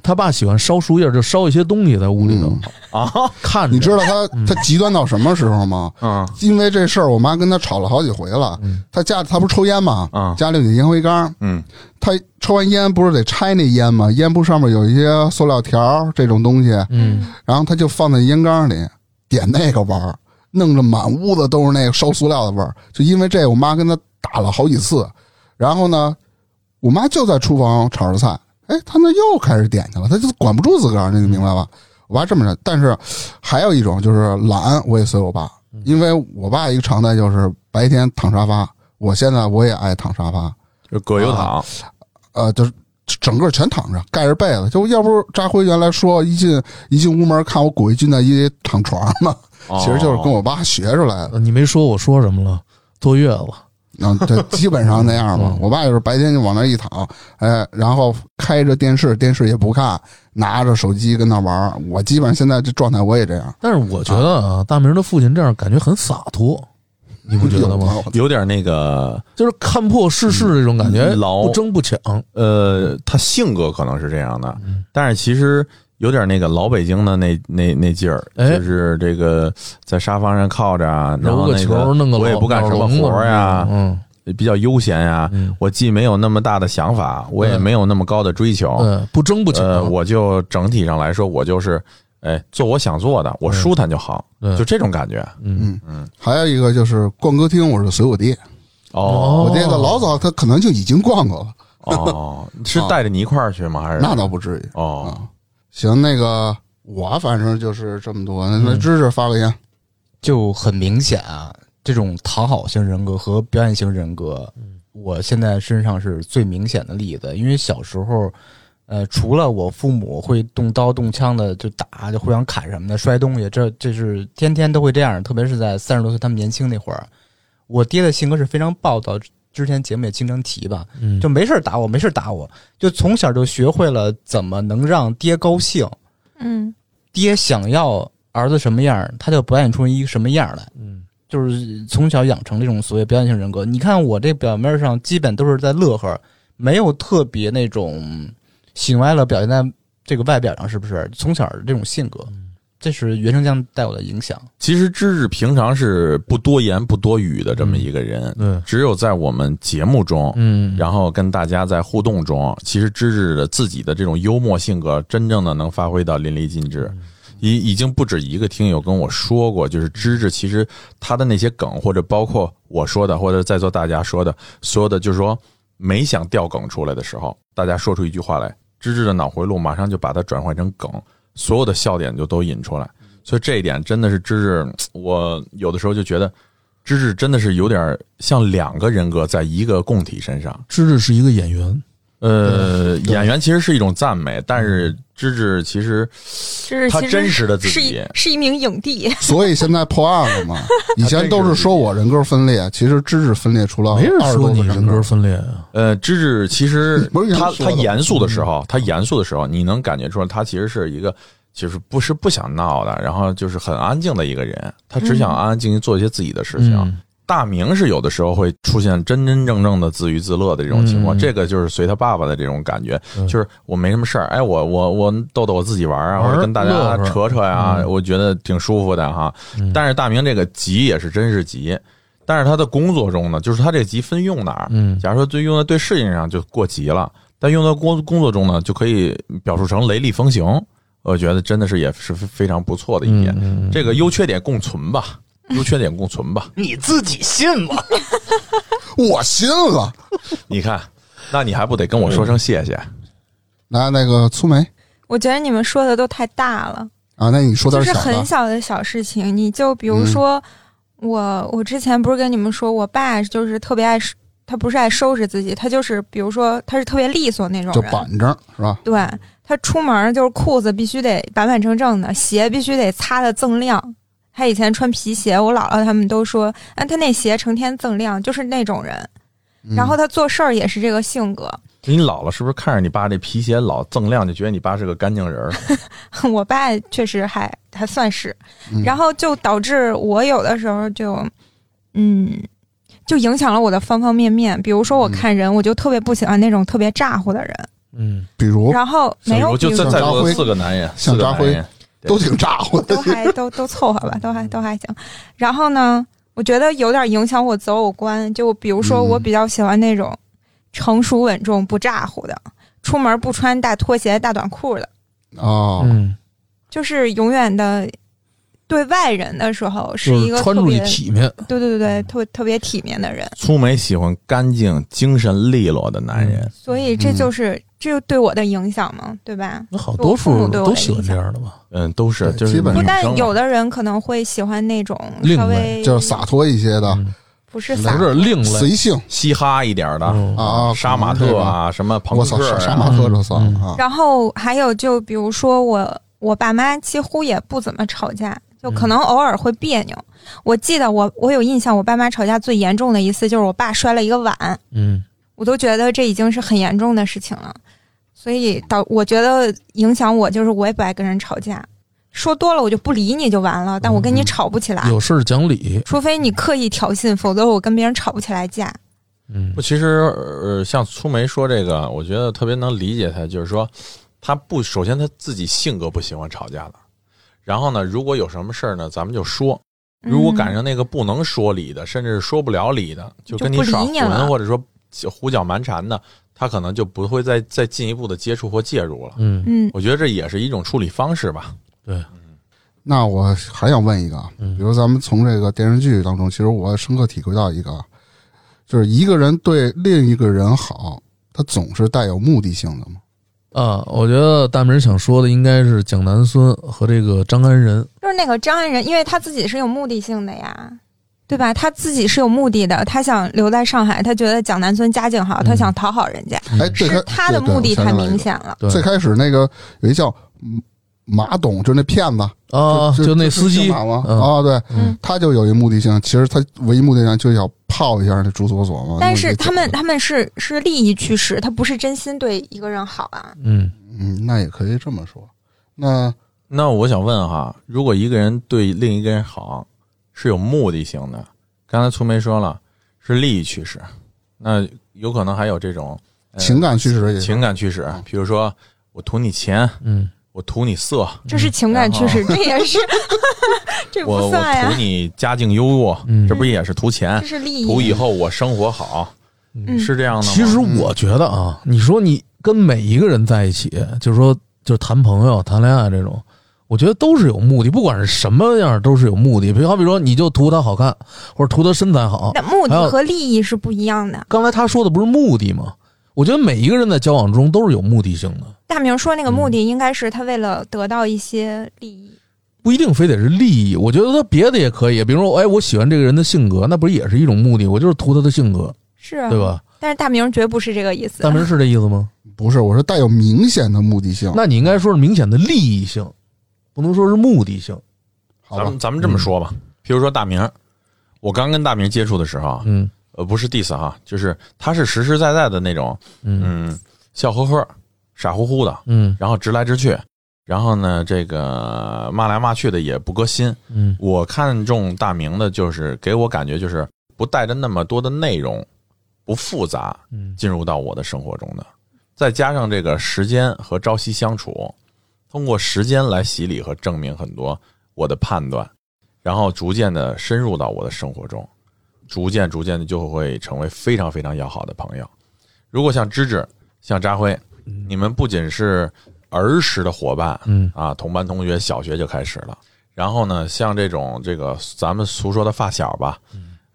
他爸喜欢烧树叶儿，就烧一些东西在屋里头
啊，
看
嗯
着。嗯
你知道他他极端到什么时候吗？
嗯，
因为这事儿，我妈跟他吵了好几回了。
嗯
他家他不是抽烟吗？
嗯
家里有烟灰缸，
嗯，
他抽完烟不是得拆那烟吗？烟不上面有一些塑料条儿这种东西，
嗯，
然后他就放在烟缸里点那个玩儿，弄着满屋子都是那个烧塑料的味儿。就因为这，我妈跟他打了好几次。然后呢，我妈就在厨房炒着菜，哎，他那又开始点去了，他就管不住自个儿，你明白吧？我爸这么着，但是还有一种就是懒，我也随我爸，因为我爸一个常态就是白天躺沙发，我现在我也爱躺沙发，
就葛优躺，
呃，就是整个全躺着，盖着被子。就要不扎辉原来说，一进一进屋门看我裹一军大衣躺床上嘛，其实
哦
就是跟
我
我爸学出来的。
你没说我说什么了？坐月子。
嗯，对，基本上那样嘛
嗯。
我爸就是白天就往那一躺，哎，然后开着电视，电视也不看，拿着手机跟那玩儿。我基本上现在这状态我也这样，
但是我觉得啊，大明的父亲这样感觉很洒脱，你不觉得吗？
有？
哦有点那个，
就是看破世事的这种感觉，
嗯老
不争不抢。
呃，他性格可能是这样的，
嗯
但是其实有点那个老北京的那那那劲儿，
哎
就是这个在沙发上靠着啊，然
揉
后
个
那
球，弄个
我也
老
不干什么
老笼子
活儿呀，
嗯，
比较悠闲呀，
嗯
我既没有那么大的想法，我也
嗯
没有那么高的追求，
对，不争不抢，
呃，我就整体上来说，我就是，哎，做我想做的，我舒坦就好，
对
就这种感觉。
嗯，
还有一个就是逛歌厅，我是随我爹，
哦
我爹的老早他可能就已经逛过了，
哦，是带着你一块儿去吗？
哎
还是
那倒不至于。
哦，
行，那个我反正就是这么多。那
嗯
那知识发个言，
就很明显啊，这种讨好型人格和表演型人格，我现在身上是最明显的例子。因为小时候，呃，除了我父母会动刀动枪的就打，就互相砍什么的，摔东西，这这是天天都会这样。特别是在三十多岁他们年轻那会儿，我爹的性格是非常暴躁，之前节目也经常提吧，
嗯
就没事儿打我，没事儿打我，就从小就学会了怎么能让爹高兴。
嗯
爹想要儿子什么样儿，他就表演出一个什么样儿来。
嗯，
就是从小养成这种所谓表演性人格。你看我这表面上基本都是在乐呵，没有特别那种喜怒哀乐表现在这个外表上，是不是？从小这种性格，这是原生家庭带我的影响。
其实芝芝平常是不多言不多语的这么一个人，
对，
只有在我们节目中，
嗯，
然后跟大家在互动中，其实芝芝的自己的这种幽默性格，真正的能发挥到淋漓尽致。已已经不止一个听友跟我说过，就是芝芝其实他的那些梗，或者包括我说的，或者在座大家说的，所有的就是说没想掉梗出来的时候，大家说出一句话来，芝芝的脑回路马上就把它转换成梗，所有的笑点就都引出来。所以这一点真的是芝芝，我有的时候就觉得芝芝真的是有点像两个人格在一个共体身上。
芝芝是一个演员，
呃，
对
演员其实是一种赞美，但
嗯
是芝芝其实
这是
他
其
真
实
实的自
是
己
一，是一名影帝， [laughs]
所以现在破案了嘛。以前都是说我人格分裂，其实知识分裂除了
没人
啊二十多
说你
个
人格
格。
分裂啊。
呃，芝芝其实
[laughs] 不是人家
他
说
他
的吗嗯
严肃的时候，他严肃的时候，你能感觉出来，他其实是一个就是不是不想闹的，然后就是很安静的一个人，他
嗯
只想安安静静做一些自己的事情。
嗯
大明是有的时候会出现真真正正的自娱自乐的这种情况，
嗯
这个就是随他爸爸的这种感觉，就是我没什么事儿，哎，我我我逗逗我自己玩儿啊，
玩
或
儿
者跟大家
乐呵
扯扯呀、
嗯
我觉得挺舒服的哈。
嗯
但是大明这个急也是真是急，但是他的工作中呢，就是他这个急分用哪儿，
嗯
假如说对用在对事情上就过急了，但用在工工作中呢，就可以表述成雷厉风行。我觉得真的是也是非非常不错的一点。
嗯嗯
这个优缺点共存吧，优缺点共存吧。
你自己信吗？
我信了。
你看，那你还不得跟我说声谢谢？
来，那个粗眉
我觉得你们说的都太大了。
啊，那你说点
就是
小
很
的。
小的小事情，你就比如说，
嗯
我我之前不是跟你们说，我爸就是特别爱收，他不是爱收拾自己，他就是比如说他是特别利索那种
就
人，
板正是吧？
对他出门就是裤子必须得板板正正的，鞋必须得擦的锃亮。他以前穿皮鞋，我姥姥他们都说，啊，他那鞋成天锃亮，就是那种人。
嗯
然后他做事儿也是这个性格， [laughs]
你老了是不是看着你爸这皮鞋老锃亮，就觉得你爸是个干净人儿？
我爸确实还还算是
嗯，
然后就导致我有的时候就，嗯，就影响了我的方方面面。比如说，
嗯
我看人，我就特别不喜欢那种特别咋呼的人。
嗯，
比如
然后没有，
就
比如
在
说
在
张
座的
辉
四个男人，
像
四个
张
男
辉
人，
都挺咋呼的
都，还都都凑合吧，都还都还行。然后呢，我觉得有点影响我择偶观。就比如说，
嗯
我比较喜欢那种成熟稳重、不咋呼的，出门不穿大拖鞋、大短裤的。
哦，
嗯，
就是永远的对外人的时候是
就
一
是
个
穿
特
出去
别
体面，
对对对对特特别体面的人，
粗眉喜欢干净、精神利落的男人。
嗯
所以这就是、这就对我的影响嘛，对吧？
那好多数都喜欢这样的吧？
嗯，都是
对
就是
基本
女
不
上
生啊
但
嘛
有的人可能会喜欢那种
啊另
稍
类
微
就是洒脱一些的，
嗯
不是
不
洒
是另类
随性
嘻哈一点儿的，
嗯
啊，
杀马特，啊，什么朋
我
克
操，
啊
杀杀马特这算
嗯
啊，
然后还有就比如说我我爸妈几乎也不怎么吵架，就可能偶尔会别扭。我记得我我有印象，我爸妈吵架最严重的一次就是我爸摔了一个碗，
嗯
我都觉得这已经是很严重的事情了，所以导我觉得影响我就是我也不爱跟人吵架，说多了我就不理你就完了，但我跟你吵不起来，
有事儿讲理，
除非你刻意挑衅，否则我跟别人吵不起来架。
嗯
不，其实呃，像粗梅说这个，我觉得特别能理解他，就是说他不，首先他自己性格不喜欢吵架的，然后呢，如果有什么事儿呢，咱们就说。如
嗯
果赶上那个不能说理的，甚至说不了理的，就跟
就不理
耍
你了
混，或者说胡搅蛮缠的，他可能就不会再再进一步的接触或介入了。
嗯
嗯，
我觉得这也是一种处理方式吧。
那我还想问一个啊，
嗯
比如咱们从这个电视剧当中，其实我深刻体会到一个啊，就是一个人对另一个人好，他总是带有目的性的嘛。
啊，我觉得大明想说的应该是蒋南孙和这个张安仁，
就是那个张安仁，因为他自己是有目的性的呀，对吧？他自己是有目的的，他想留在上海，他觉得蒋南孙家境好，他想讨好人家，
哎，最开
是他的
对对
目的
我想
太
起来一个
明显了。
嗯对
最开始那个有一叫嗯马董，就那骗子
啊，就那司
姓
机
马吗？
嗯
啊，对，
嗯
他就有一目的性，其实他唯一目的性就是想泡一下那朱锁锁嘛。
但
弄
是
一个
他们
酒
他们是是利益驱使，他不是真心对一个人好啊。
嗯，
嗯，那也可以这么说。那
那我想问哈，如果一个人对另一个人好是有目的性的，刚才粗梅说了是利益驱使，那有可能还有这种、呃
情感驱使也是
情感驱使，比如说我图你钱，
嗯，
我图你色，
这是情感驱使，这也是， [laughs] 这
我
不
我
算
图
呀，
你家境优渥，
嗯
这不也是图钱
这？是利
图
益。
以后我生活好，
嗯
是这样的吗？
其实我觉得啊，你说你跟每一个人在一起，就是说就是谈朋友、谈恋爱这种，我觉得都是有目的，不管是什么样都是有目的。比如好比说，你就图他好看，或者图他身材好
那。目
还有
的和利益是不一样的。
刚才他说的不是目的吗？我觉得每一个人在交往中都是有目的性的，
大明说那个目的应该是他为了得到一些利益，
不一定非得是利益。我觉得他别的也可以，比如说，哎，我喜欢这个人的性格，那不是也是一种目的？我就是图他的性格，
是啊
对？吧？
但是大明绝不是这个意思
大。明是这意思吗？
不是，我是带有明显的目的性，
那你应该说是明显的利益性，不能说是目的性。
好
咱
吧
们？咱们这么说吧，比如说大明，我刚跟大明接触的时候啊，
嗯
呃，不是 diss 哈，就是他是实实在在的那种，
嗯
嗯，笑呵呵、傻乎乎的，
嗯
然后直来直去，然后呢，这个骂来骂去的也不革新。
嗯
我看中大明的就是给我感觉就是不带着那么多的内容，不复杂，
嗯
进入到我的生活中的。再加上这个时间和朝夕相处，通过时间来洗礼和证明很多我的判断，然后逐渐的深入到我的生活中，逐渐逐渐的就会成为非常非常要好的朋友。如果像芝芝、像扎辉，你们不仅是儿时的伙伴，
嗯
啊，同班同学，小学就开始了。然后呢，像这种这个咱们俗说的发小吧，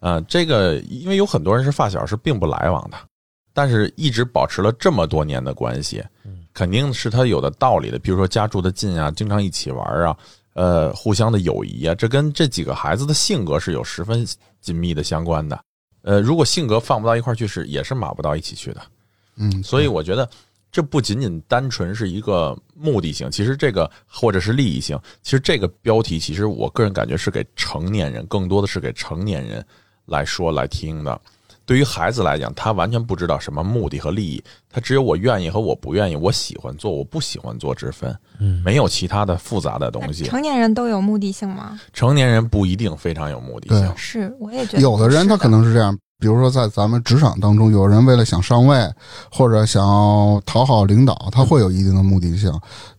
呃，这个因为有很多人是发小是并不来往的，但是一直保持了这么多年的关系，肯定是他有的道理的。比如说家住的近啊，经常一起玩啊，呃，互相的友谊啊，这跟这几个孩子的性格是有十分紧密的相关的。呃，如果性格放不到一块儿去，是也是码不到一起去的。
嗯，
所以我觉得这不仅仅单纯是一个目的性，其实这个或者是利益性，其实这个标题其实我个人感觉是给成年人，更多的是给成年人来说来听的。对于孩子来讲，他完全不知道什么目的和利益，他只有我愿意和我不愿意，我喜欢做，我不喜欢做之分，
嗯
没有其他的复杂的东
那
西。
哎成年人都有目的性吗？
成年人不一定非常有目的性，
是，我也觉得
有的人他可能是这样，比如说在咱们职场当中，有人为了想上位或者想要讨好领导，他会有一定的目的性。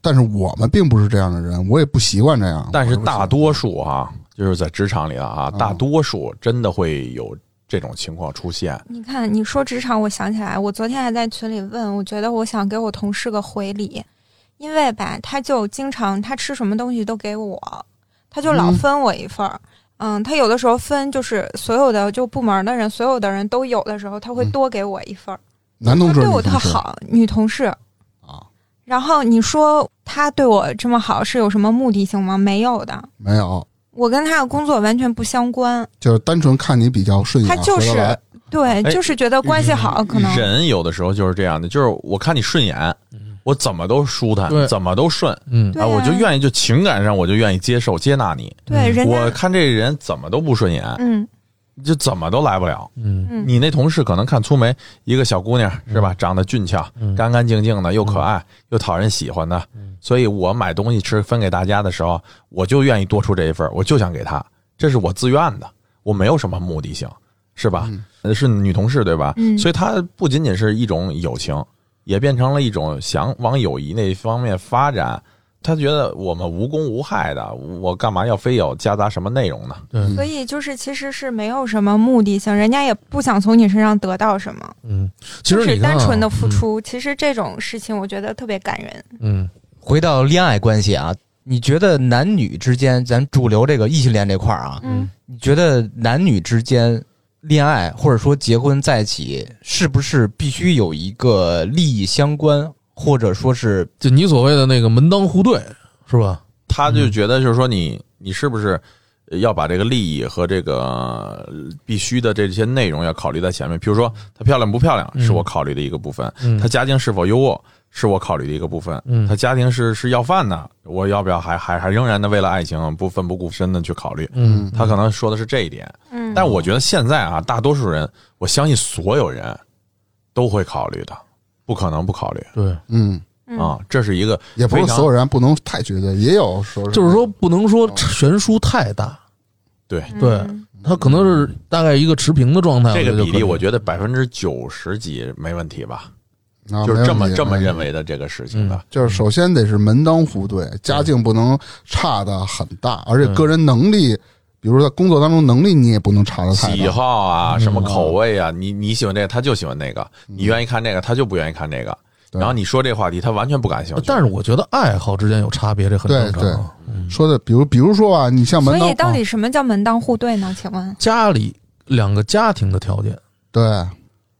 但是我们并不是这样的人，我也不习惯这样。
但是
我也不嗯习惯
大多数啊，就是在职场里了啊，大多数真的会有这种情况出现。
你看，你说职场，我想起来，我昨天还在群里问，我觉得我想给我同事个回礼，因为吧，他就经常他吃什么东西都给我，他就老
嗯
分我一份儿。嗯，他有的时候分就是所有的就部门的人，所有的人都有的时候，他会
嗯
多给我一份儿。
男同
他
志
对我
女同
特
志
好，女同事。
啊，
然后你说他对我这么好是有什么目的性吗？没有的，
没有，
我跟他的工作完全不相关。
就是单纯看你比较顺眼，
他就
合得
是
来
对，
哎
就是觉得关系好，可能
人有的时候就是这样的，就是我看你顺眼，我怎么都舒坦
对，
怎么都顺
嗯
对
啊，
啊
我就愿意就情感上我就愿意接受接纳你。
对人
我
家，
看这人怎么都不顺眼，
嗯
就怎么都来不了。
嗯
嗯，
你那同事可能看粗眉一个小姑娘是吧，长得俊俏、干干净净的，又可爱又讨人喜欢的，所以我买东西吃分给大家的时候，我就愿意多出这一份儿，我就想给她，这是我自愿的，我没有什么目的性，是吧？呃是女同事对吧？
嗯
所以她不仅仅是一种友情，也变成了一种想往友谊那方面发展。她觉得我们无功无害的，我干嘛要非要夹杂什么内容呢？
所以就是其实是没有什么目的性，人家也不想从你身上得到什么，
嗯，其
就
实
是
你看啊
单纯的付，出。其实这种事情我觉得特别感人。
嗯
回到恋爱关系啊，你觉得男女之间，咱主流这个异性恋这块儿啊，
嗯，
你觉得男女之间恋爱或者说结婚在一起，是不是必须有一个利益相关，或者说是
就你所谓的那个门当户对是吧？
他就觉得就是说你你是不是呃要把这个利益和这个呃必须的这些内容要考虑在前面？比如说她漂亮不漂亮
嗯
是我考虑的一个部分，
嗯
她家境是否优渥是我考虑的一个部分，
嗯
她家庭是是要饭的，我要不要还还还仍然的为了爱情不奋不顾身的去考虑？
嗯
他可能说的是这一点，
嗯，
但我觉得现在啊，大多数人，我相信所有人都会考虑的，不可能不考虑。
对，
嗯，
嗯
啊，这是一个
也不是
非常
所有人不能太绝对，也有时候
就是说不能说悬殊太大，
对
对
嗯
它可能是大概一个持平的状态。
这个比例，我
得
觉得百分之九十几没问题吧，
啊
就是这么这么。
没问题没问
认
题
为的这个事情的。
就是首先得是门当户对，家境不能差的很大，
嗯
而且个人能力，比如说在工作当中能力，你也不能嗯差的嗯太
喜
大。
好啊，什么口味啊，你你喜欢这个，他就喜欢那个；你愿意看这个，他就不愿意看这个。
嗯对
然后你说这话题，他完全不感兴趣。
但是我觉得爱好之间有差别，这很
对
正常啊。
说的，比如比如说啊，你像
所
门当
以到底什么叫门当户对呢？请问，
家里两个家庭的条件，
对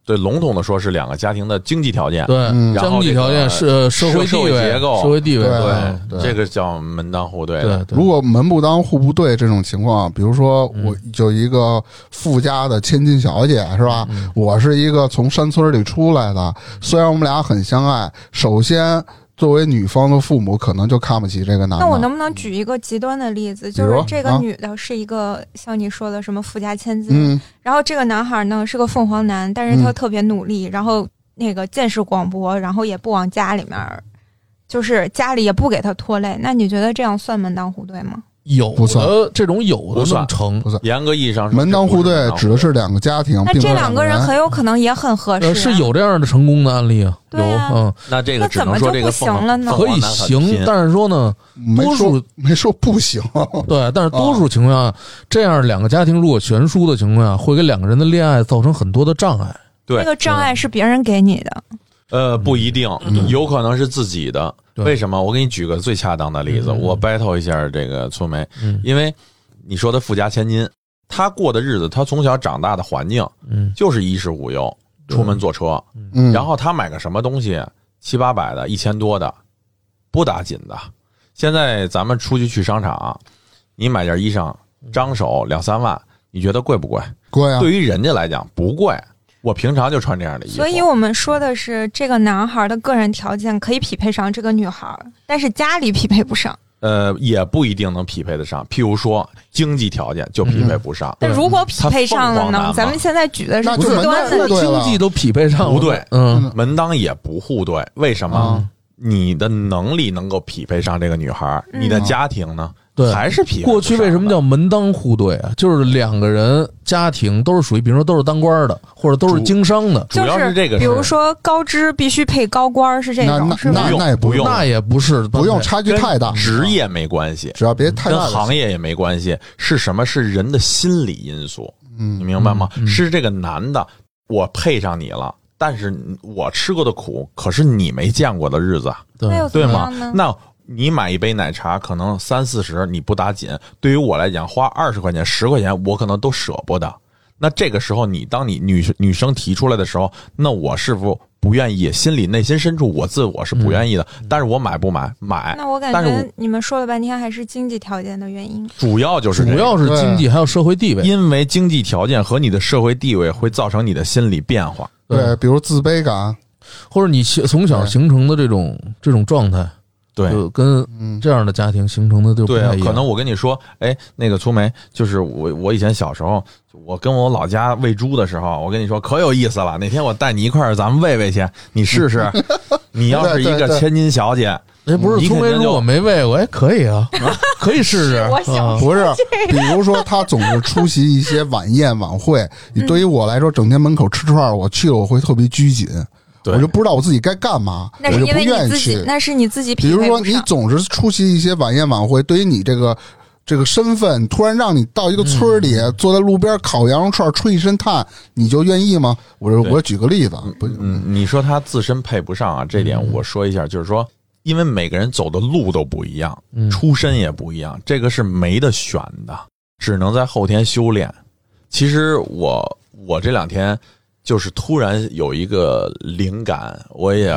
对笼统的说，是两个家庭的经济条件。
对，
嗯
然
经
后
济
这
条件
个
是呃社会
社
地
会
位、
结构
社会地位，
对
对
对
这个叫门当户对的。
对。对
如果门不当户不对这种情况，比如说我
嗯
有一个富家的千金小姐，是吧？我是一个从山村里出来的，虽然我们俩很相爱，首先作为女方的父母可能就看不起这个男的。
那我能不能举一个极端的例子？就
比
是
如
这个
啊
女的是一个像你说的什么富家千金，
嗯
然后这个男孩呢是个凤凰男，但是他
嗯
特别努力，然后那个见识广博，然后也不往家里面儿，就是家里也不给他拖累。那你觉得这样算门当户对吗？
有
不算
的这种有的
不
那
算
么成
不，算
严格意义上是
门当户
不是门
对
当户
指的是两个家庭，
那
啊并不
这
是
两
个
个人很有可能也很合适、啊
呃，是有这样的成功的案例啊，有，
对啊
嗯，
那这个
那
只
怎
能
么
说
就
这
不
个凤
行
凰
了呢
凤
可
凰
以
男很
行
拼，
但是说呢，
没
多
说
数
没说不行，
嗯
对，
啊
但是多数情况下，这样两个家庭如果悬殊的情况下，会给两个人的恋爱造成很多的障碍。
对
这个障碍是别人给你的，
呃，不一定，
嗯
有可能是自己的。
对
为什么？我给你举个最恰当的例子，
嗯
我 battle 一下这个粗梅，
嗯
因为你说的富家千金，她过的日子，她从小长大的环境
嗯，
就是衣食无忧，出门坐车，
嗯，
然后她买个什么东西，七八百的，一千多的，不打紧的。现在咱们出去去商场，你买件衣裳，张手两三万，你觉得贵不贵？
哥呀，
对于人家来讲不贵，我平常就穿这样的衣服。
所以我们说的是这个男孩的个人条件可以匹配上这个女孩，但是家里匹配不上。
呃，也不一定能匹配得上。譬如说经济条件就匹配不上，
但如果匹配上
他
了
凤凰男嘛
呢？咱们现在举的是
那就
极
是
端
那
的例
对
子，
经济都匹配上了，
不对
嗯，
[laughs] 门当也不户对。为什么？
啊
你的能力能够匹配上这个女孩儿，
嗯
你的家庭呢？
对
还是匹配不上的。
过去为什么叫门当户对啊？就是两个人家庭都是属于，比如说都是当官的，或者都是经商的，
主
就
要是这个事
比如说高知必须配高官儿是这
那
种，
那
是吧
那？那也不
不用
那也不是
不用，差距太大，
跟职业没关系，
只要别太
跟
啊
大就行
行业也没关系，是什么？是人的心理因素，你
嗯
明白吗？
嗯嗯
是这个男的，我配上你了，但是我吃过的苦，可是你没见过的日子啊。
对
嗯那又怎
对
么
吗
样
嗯
呢？？
那你买一杯奶茶可能三四十，你不打紧。对于我来讲，花二十块钱、十块钱，我可能都舍不得。那这个时候你，当你女女生提出来的时候，那我是不不愿意，心里内心深处我自我是不愿意的。
嗯
但是我买不买？买。
那我感
但是
觉
我
你们说了半天还是经济条件的原因。
主要就是这
主
个
要是经济还有社会地位。
因为经济条件和你的社会地位会造成你的心理变化。
对，比如自卑感，
或者你形从小形成的这种这种状态，
对
就跟
嗯，
这样的家庭形成的就不
对啊
太一，样。
可能我跟你说，哎，那个粗梅，就是我我以前小时候，我跟我老家喂猪的时候，我跟你说可有意思了。哪天我带你一块儿，咱们喂喂去，你试
[laughs]
试。你要是一
对对
个
对
千金小姐，
哎，不
嗯你肯
是，
定
聪梅说
就
我没喂过，哎，可以啊， [laughs] 可以试试。
是我想
啊
不是，比如说他总是出席一些晚宴晚会，
[laughs]
你对于我来说，整天门口吃串儿，我去了我会特别拘谨，
对
我就不知道我自己该干嘛，
那
我
是
就
因
不
为
愿
你
意
自己
去，。
那是你自己
比
匹
如
配
说
不
你
上。
总是出席一些晚宴晚会，对于你这个这个身份，突然让你到一个村儿里、
嗯
坐在路边烤羊肉串儿，吹一身炭，你就愿意吗？我就
对
我举个例子，啊不，
嗯，你说她自身配不上啊，这点
嗯
我说一下，就是说，因为每个人走的路都不一样，
嗯
出身也不一样，这个是没得选的，只能在后天修炼。其实我我这两天就是突然有一个灵感，我也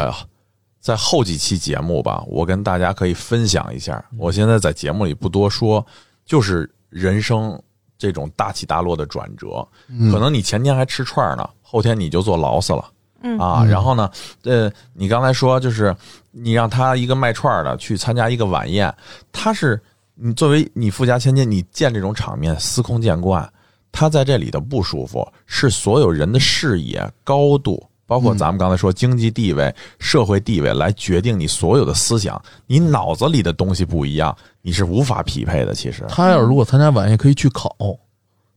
在后几期节目吧，我跟大家可以分享一下。我现在在节目里不多说，就是人生这种大起大落的转折，
嗯
可能你前天还吃串儿呢，后天你就坐牢死了。
嗯
啊，然后呢，呃，你刚才说就是你让他一个卖串儿的去参加一个晚宴，他是你作为你富家千金，你见这种场面司空见惯，他在这里的不舒服是所有人的视野高度包
嗯
括咱们刚才说经济地位、社会地位来决定你所有的思想，你脑子里的东西不一样，你是无法匹配的。其实，
他要是如果参加晚宴，可以去烤，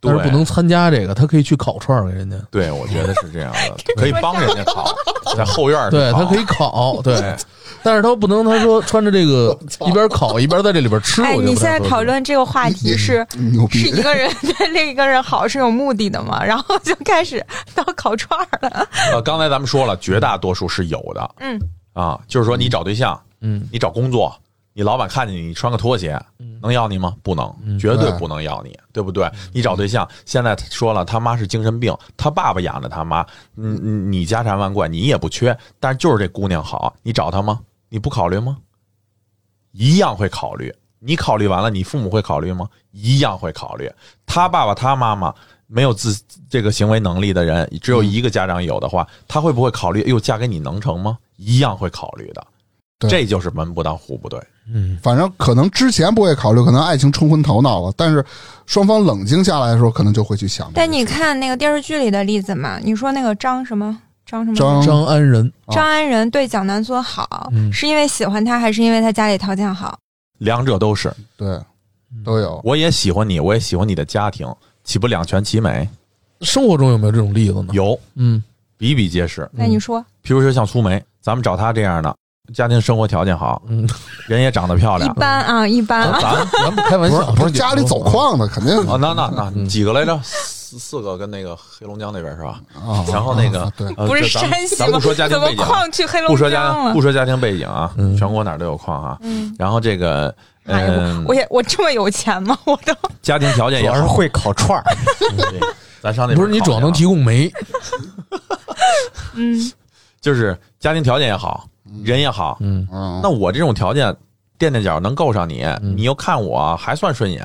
但是
对
不能参加这个，他可以去烤串儿给人家。
对我觉得是 [laughs] 这样的，可以帮人家烤，在后院儿
对
烤
他可以
[laughs]
烤，对，但是他不能他说穿着这个一边烤一边在这里边吃。
哎，
我就
你
不
现在
太合适
讨论这个话题是
牛
是
逼
一，个 [laughs] 人对另一个人好是有目的的嘛？然后就开始到烤串儿了。
呃，刚才咱们说了，绝大多数是有的。
嗯
啊，就是说你找对象，
嗯，
你找工作，你老板看见你穿个拖鞋，能要你吗？不
嗯
能，绝对不能要你，对不对？你找对象，现在说了，他妈是精神病，他爸爸养着他妈，你你你家产万贯，你也不缺，但是就是这姑娘好，你找她吗？你不考虑吗？一样会考虑。你考虑完了，你父母会考虑吗？一样会考虑。他爸爸、他妈妈没有自这个行为能力的人，只有一个家长有的话，他会不会考虑？哎呦，嫁给你能成吗？一样会考虑的。
对
这就是门不当户不对。
嗯，
反正可能之前不会考虑，可能爱情冲昏头脑了，但是双方冷静下来的时候，可能就会去想。
但你看那个电视剧里的例子嘛，你说那个张什么张什么
张
嗯
张安仁，
啊
张安仁对蒋南孙好，
嗯
是因为喜欢他，还是因为他家里条件好？
两者都是，
对都有，
我也喜欢你，我也喜欢你的家庭，岂不两全其美？
生活中有没有这种例子呢？，
有，
嗯，
比比皆是。
那你说，
譬如说像苏梅，咱们找她这样的，家庭生活条件好，
嗯，
人也长得漂
[laughs] 一
亮，
般啊，一般啊，
咱
咱不开玩
不是
笑，
不是
正经
家里走
说
矿的，肯定
啊，那那那 [laughs]
嗯
几个来着？四四个跟那个黑龙江那边是吧？
啊。
然后那个
啊对，
呃
不是
这咱
山西
咱
吗？
不说家
怎
庭
么
背景啊，
矿去黑
不
龙
说家
江
庭
了
不？说家庭背景啊
嗯，
全国哪儿都有矿啊。
嗯，
然后这个
哎呦
嗯，，
我也我这么有钱吗？我都
家庭
哎
条件也好，嗯
会烤串儿，
对咱上那边
不是你主要能
考虑
提
啊，
供煤，
[laughs] 嗯，
就是家庭条件也好，人也好。
嗯，
嗯，
那我这种条件垫垫脚能够上你，你又看我还算顺眼。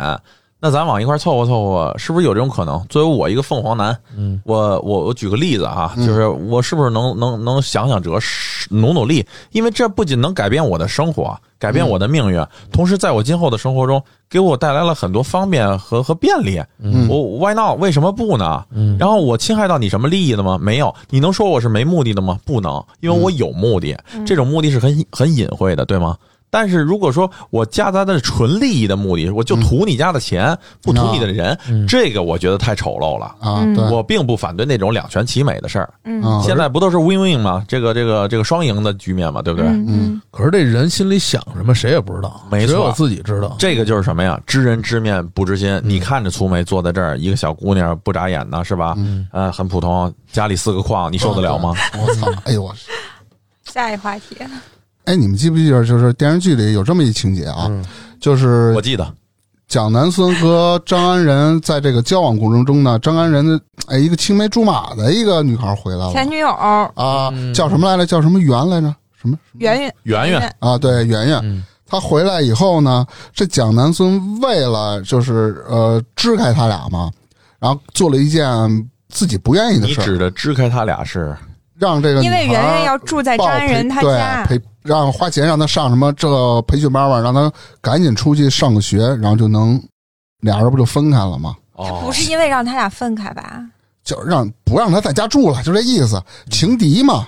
那咱往一块儿凑合凑合，是不是有这种可能？作为我一个凤凰男，
嗯，
我我我举个例子哈，就是我是不是能能能想想辙，是努努力？因为这不仅能改变我的生活，改变我的命
嗯
运，同时在我今后的生活中给我带来了很多方便和和便利。
嗯
我 why not？为什么不呢？
嗯
然后我侵害到你什么利益了吗？没有。你能说我是没目的的吗？不能，因为我有目的。
嗯
这种目的是很很隐晦的，对吗？但是如果说我夹杂的是纯利益的目的，我就图你家的钱，
嗯
不图你的人，这个我觉得太丑陋了。
啊，
嗯
嗯对，
我并不反对那种两全其美的事儿。
嗯
啊
现在不都是 win win 吗？这个这个这个双赢的局面嘛，对不对？
嗯嗯
可是这人心里想什么，谁也不知道，
没错
只有自己知道。
这个就是什么呀？知人知面不知心。你看着粗梅坐在这儿，一个小姑娘不眨眼呢，是吧？嗯，呃，很普通，家里四个矿，你受得了吗？
我操！哎呦我，
下一话题，
哎，你们记不记得，就是电视剧里有这么一情节啊，就是
我记得，
蒋南孙和张安仁在这个交往过程中呢，张安仁的哎一个青梅竹马的一个女孩回来
前
了
女友
啊，
嗯
叫什么来着？叫什么媛来着？什么
圆圆
圆圆，
啊？对，媛
嗯
嗯
媛。她回来以后呢，这蒋南孙为了就是呃支开他俩嘛，然后做了一件自己不愿意的
你
事儿，
指的支开他俩是
让这个女
因为
孩
圆圆要住在
报
张安仁他
培
家，
对培让花钱让他上什么这个培训班吧，让他赶紧出去上个学，然后就能俩人不就分开了吗？
哦
不，是因为让他俩分开吧？
就让不让他在家住了，就这意思，情敌嘛。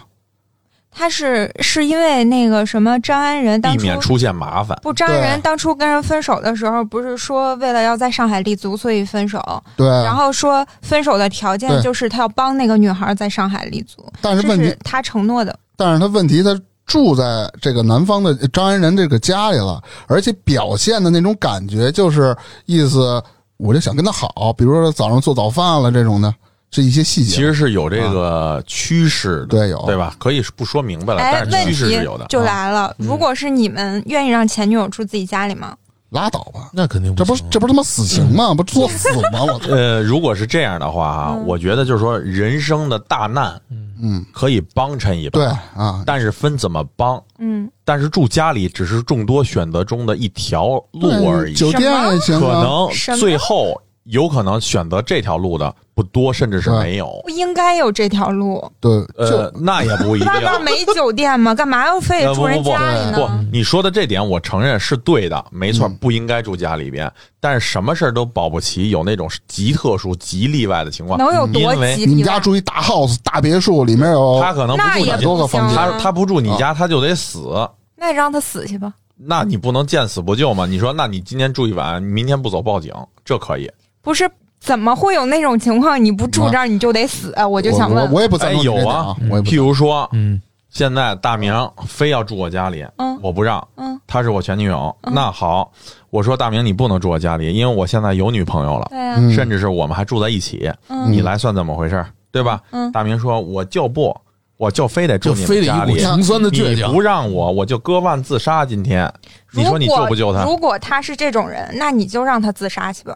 他是是因为那个什么张安仁当
避
初
免出现麻烦。
不，张
对
仁当初跟人分手的时候，不是说为了要在上海立足，所以分手。
对，
然后说分手的条件
对
就是他要帮那个女孩在上海立足，
但
这
是问题
是，他承诺的。
但是他问题，他住在这个南方的张安仁这个家里了，而且表现的那种感觉就是意思，我就想跟他好，比如说早上做早饭了这种的，这一些细节
其实是有这个趋势的，
对有
对吧？可以不说明白了，
哎，
但是
问
趋势
题
是有的。
就来了，如果是你们愿意让前女友住自己家里吗？
拉倒吧，
那肯定
这不
嗯
行啊
这不他妈死刑吗？不作死吗？我操！
呃，如果是这样的话啊，
嗯
我觉得就是说，人生的大难，
嗯，
可以帮衬一把，
对啊，
但是分怎么帮。
嗯，
但是住家里只是众多选择中的一条路而已，
酒店也行
可
啊，
能
什么
最后有可能选择这条路的不多，甚至是没有。
不应该有这条路。
对，
呃
嗯就，
那也
[laughs]
不一定。
外边没酒店吗？干嘛要非得
呃
住
不
人
不
家里
不不
呢？，
你说的这点我承认是对的，没错，
嗯
不应该住家里边。但是什么事儿都保不齐有那种极特殊、极例外的情况，
能有
因
多
为
吉
你
利
们
吗？
家住一大 house 大别墅，里面有
他可能不
那
住
也
你
很多
不
个
行
房间
他
啊，
他不住你
嗯
家，他就得死。
那让他死去吧。
那你不能见死不救嘛？你说，那你今天住一晚，明天不走报警，这可以？
不是，怎么会有那种情况？你不住
啊
这儿你就得死？我
我
就想
我
问，
我也不赞
哎，
成你这
有
点
啊
啊，，我也不
譬如说，
嗯，
现在大明非要住我家里，
嗯
我不让，
嗯，
她是我前女友。那好，我说大明，你不能住我家里，因为我现在有女朋友了，
对呀，
嗯
甚至是我们还住在一起，
嗯
你来算怎么回事儿？对吧？
嗯
大明说，我就不，我就非得住
就
你
非
们
得
家
一股
里。
穷酸的倔
你
强
不。让我，我就割腕自杀。今天，你
如
说
果
你救不救他？
如果他是这种人，那你就让他自杀去吧，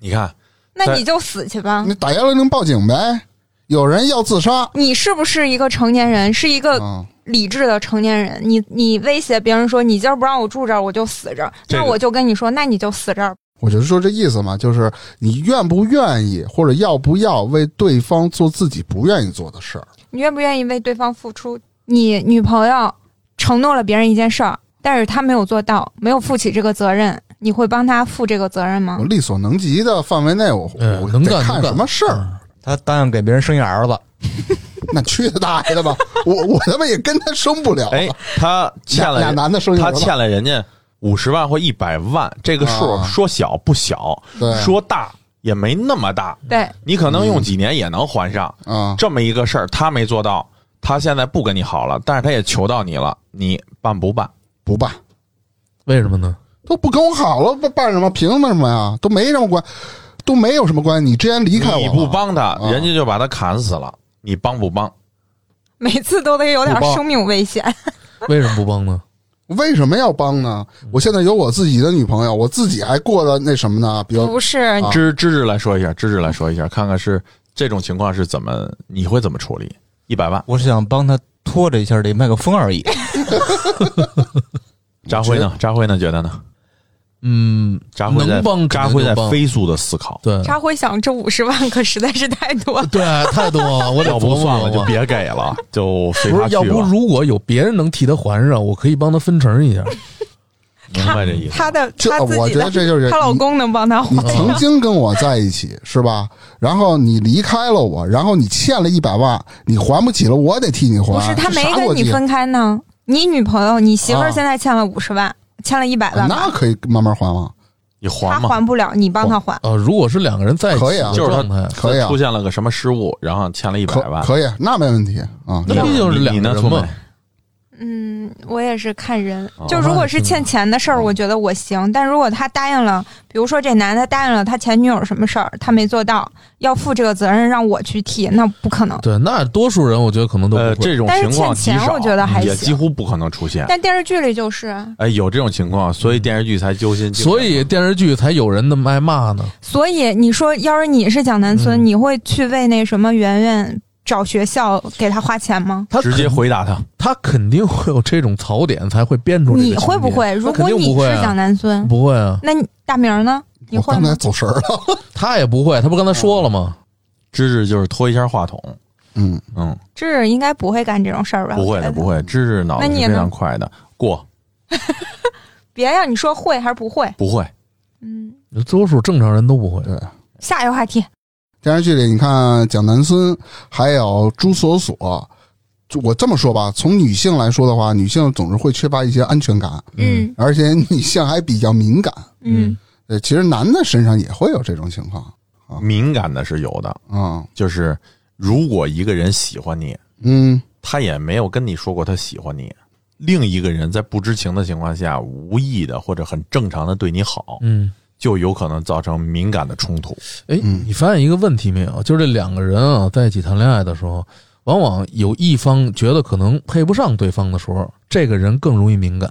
你看，
那
对
你就死去吧
你。打幺零零报警呗，有人要自杀，
你是不是一个成年人？是一个
嗯，
理智的成年人。你你威胁别人说你今儿不让我住这儿，我就死这儿。
这
那
个
我就跟你说，那你就死这儿吧。
我就是说这意思嘛，就是你愿不愿意或者要不要为对方做自己不愿意做的事儿，
你愿不愿意为对方付出？你女朋友承诺了别人一件事儿，但是她没有做到，没有负起这个责任，你会帮她负这个责任吗
我？力所能及的范围内，我
嗯
我
能
得
干
看
能干
什么事
嗯
儿，
他答应给别人生一儿子，
那去他大爷的吧，我我他妈也跟他生不了，
[laughs] 哎，他欠了
俩俩男的生一
他
儿子
欠了人家五十万或一百万，这个数
啊
说小不小，
对嗯
说大也没那么大，
对，
你可能用几年也能还上。
啊，
这么一个事儿，他没做到，他现在不跟你好了，但是他也求到你了，你办不办？
不办，
为什么呢？
都不跟我好了，办办什么？凭什么呀？都没什么关，都没有什么关系。你之前离开我了，
你不帮他，
啊
人家就把他砍死了，你帮不帮？
每次都得有点生命危险。
为什么不帮呢？
为什么要帮呢？我现在有我自己的女朋友，我自己还过得那什么呢？比如
不是，
啊
芝芝芝来说一下，芝芝来说一下，看看是这种情况是怎么，你会怎么处理？一百万，
我是想帮他拖着一下这麦克风而已。
扎辉呢？扎辉呢？觉得呢？
嗯，
扎辉在
能帮肯
扎
定
辉在
就帮
飞速的思考，
对
他会想这五十万可实在是太多了。
[laughs] 对，啊太多了，我得
要
琢
不
磨
算
琢
了，就
磨。
别给了，就随
不
他
是，
去
要不
吧。
如果有别人能替他还上，我可以帮他分成一下。
明白这意思。
她的
这，
她自
我
己
觉得
的，
这就是
她老
你
公能帮她还
你。曾经跟我在一起是吧？然后你离开了我，然后你欠了一百万，你还不起了，我得替你还。
不是，她没
啥
跟
逻
你
辑
分开呢。你女朋友，你媳妇
啊
儿现在欠了五十万，欠了一百万吧
那，可以慢慢还吗？
你
她
还吗？
还不了，你帮她还。
呃，如果是两个人在一起
可以啊
的
就是他
状态，
可以啊
出，现了个什么失误，然后欠了一百
可
万。
可以，那没问题啊。
那毕竟是
你
两
你
个
呢，
人
聪
嘛
妹。
嗯，我也是看人
哦。
就如果是欠钱的事儿，我觉得我行。但如果他答应了，比如说这男的答应了他前女友什么事儿，他没做到，要负这个责任让我去替，那不可能。
对，那多数人我觉得可能都不
呃，
会。
这种
但是
情况极
欠钱
少，
我觉得还
也
行
几乎不可能出现。
但电视剧里就是，
哎，有这种情况，所以电视剧才揪心。
所以电视剧才有人那么爱骂呢。
所以你说，要是你是蒋南孙，
嗯
你会去为那什么圆圆找学校给他花钱吗？
他
直接
肯，
回答他，
他肯定会有这种槽点，才会编出这个
你会不会？
情节
如
他肯
果
定
你
不会
是蒋
啊，
南孙，
不会啊，
那你大明儿呢？你
我
会
刚才
吗？
走神儿了，
他也不会。他不刚才说了吗？
芝芝就是拖一下话筒。
嗯，
嗯，
这应该不会干这种事儿吧？
不会
我觉
的，
得
不会。芝芝脑子
那你
是
也
非
能
常快的，过
别呀！你说会还是不会？
不会。
啊
嗯，
多数正常人都不会。
对。
啊
下一个话题。
电视剧里，你看蒋南孙，还有朱锁锁，就我这么说吧，从女性来说的话，女性总是会缺乏一些安全感，
嗯
而且女性还比较敏感。
嗯，
呃，其实男的身上也会有这种情况
敏感的是有的，
啊，
就是如果一个人喜欢你，
嗯
他也没有跟你说过他喜欢你。另一个人在不知情的情况下，无意的或者很正常的对你好，
嗯，
就有可能造成敏感的冲突。
哎，你发现一个问题没有？就是这两个人啊，在一起谈恋爱的时候，往往有一方觉得可能配不上对方的时候，这个人更容易敏感，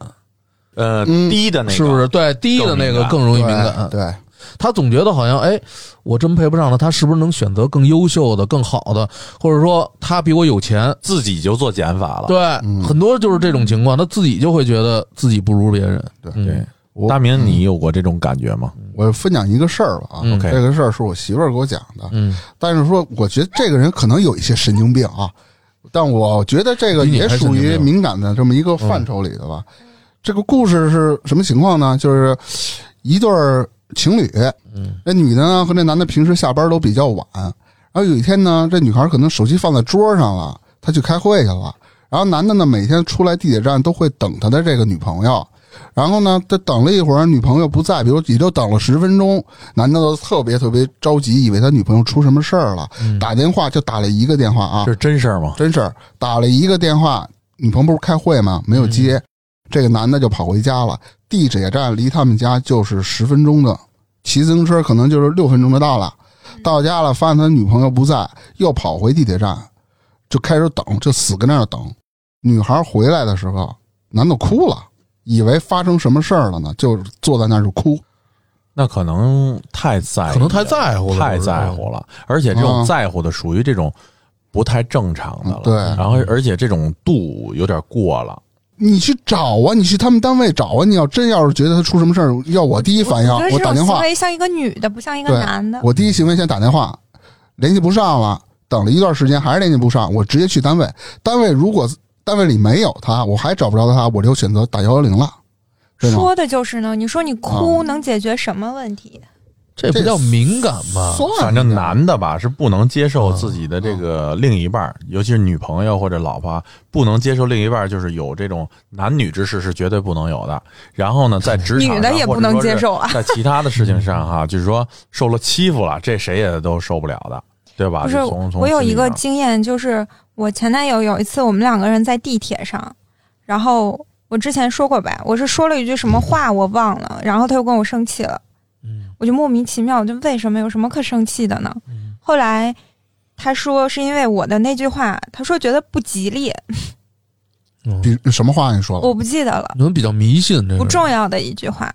呃，
嗯
低的那个
是不是？？对，低的那个更容易敏感。嗯
对，对
他总觉得好像，哎，我真配不上他，他是不是能选择更优秀的、更好的，或者说他比我有钱？
自己就做减法了。
嗯对，很多就是这种情况，他自己就会觉得自己不如别人。
对
嗯
我
大明，你有过这种感觉吗？
我分享一个事儿吧啊，
嗯
OK
这个事儿是我媳妇儿给我讲的，
嗯，
但是说我觉得这个人可能有一些神经病啊，但我觉得这个
比你还
也属
神
于
经病嗯
敏感的这么一个范畴里的吧。这个故事是什么情况呢？就是一对儿情侣，
嗯
那女的呢和这男的平时下班都比较晚，然后有一天呢，这女孩可能手机放在桌上了，她去开会去了。然后男的呢，每天出来地铁站都会等他的这个女朋友。然后呢，他等了一会儿，女朋友不在，比如也就等了十分钟，男的都特别特别着急，以为他女朋友出什么事儿了，打电话就打了一个电话啊
这，是真事儿吗？
真事儿，打了一个电话，女朋友不是开会吗？没有接，这个男的就跑回家了。地铁站离他们家就是十分钟的，骑自行车可能就是六分钟就到了。到家了，发现他女朋友不在，又跑回地铁站，就开始等，就死跟那儿等。女孩回来的时候，男的哭了，以为发生什么事儿了呢，就坐在那儿就哭。
那可能太在意了，
可能太在乎了，
太在乎了，而且这种在乎的属于这种不太正常的了。
嗯对
然后而且这种度有点过了。
你去找啊，你去他们单位找啊！你要真要是觉得他出什么事儿，要我第一反应，
觉得
我
这
打
种
电
行
话。
为像一个女的，不像一个
对
男的。
我第一行为先打电话，联系不上了，等了一段时间还是联系不上，我直接去单位。单位如果单位里没有他，我还找不着他，我就选择打幺幺零了，对吗？
说的就是呢，你说你哭
啊
能解决什么问题？
这不叫敏感吗？
算
反正男的吧是不能接受自己的这
嗯
个另一半儿，尤其是女朋友或者老婆，不能接受另一半儿就是有这种男女之事是绝对不能有的。然后呢，在职场上
[laughs] 女的也不能接受啊，
或者说是 [laughs] 在其他的事情上
[laughs]
哈，就是说受了欺负了，这谁也都受不了的，对吧？
不是
就从从
我有
心理
一个
上
经验，就是我前男友有一次我们两个人在地铁上，然后我之前说过吧，我是说了一句什么
嗯
话我忘了，然后他又跟我生气了，我就莫名其妙，我就为什么有什么可生气的呢？
嗯
后来他说是因为我的那句话，他说觉得不吉利，
哦
比什么话你说了？
我不记得了，
你们比较迷信
嗯
这个，
不重要的一句话。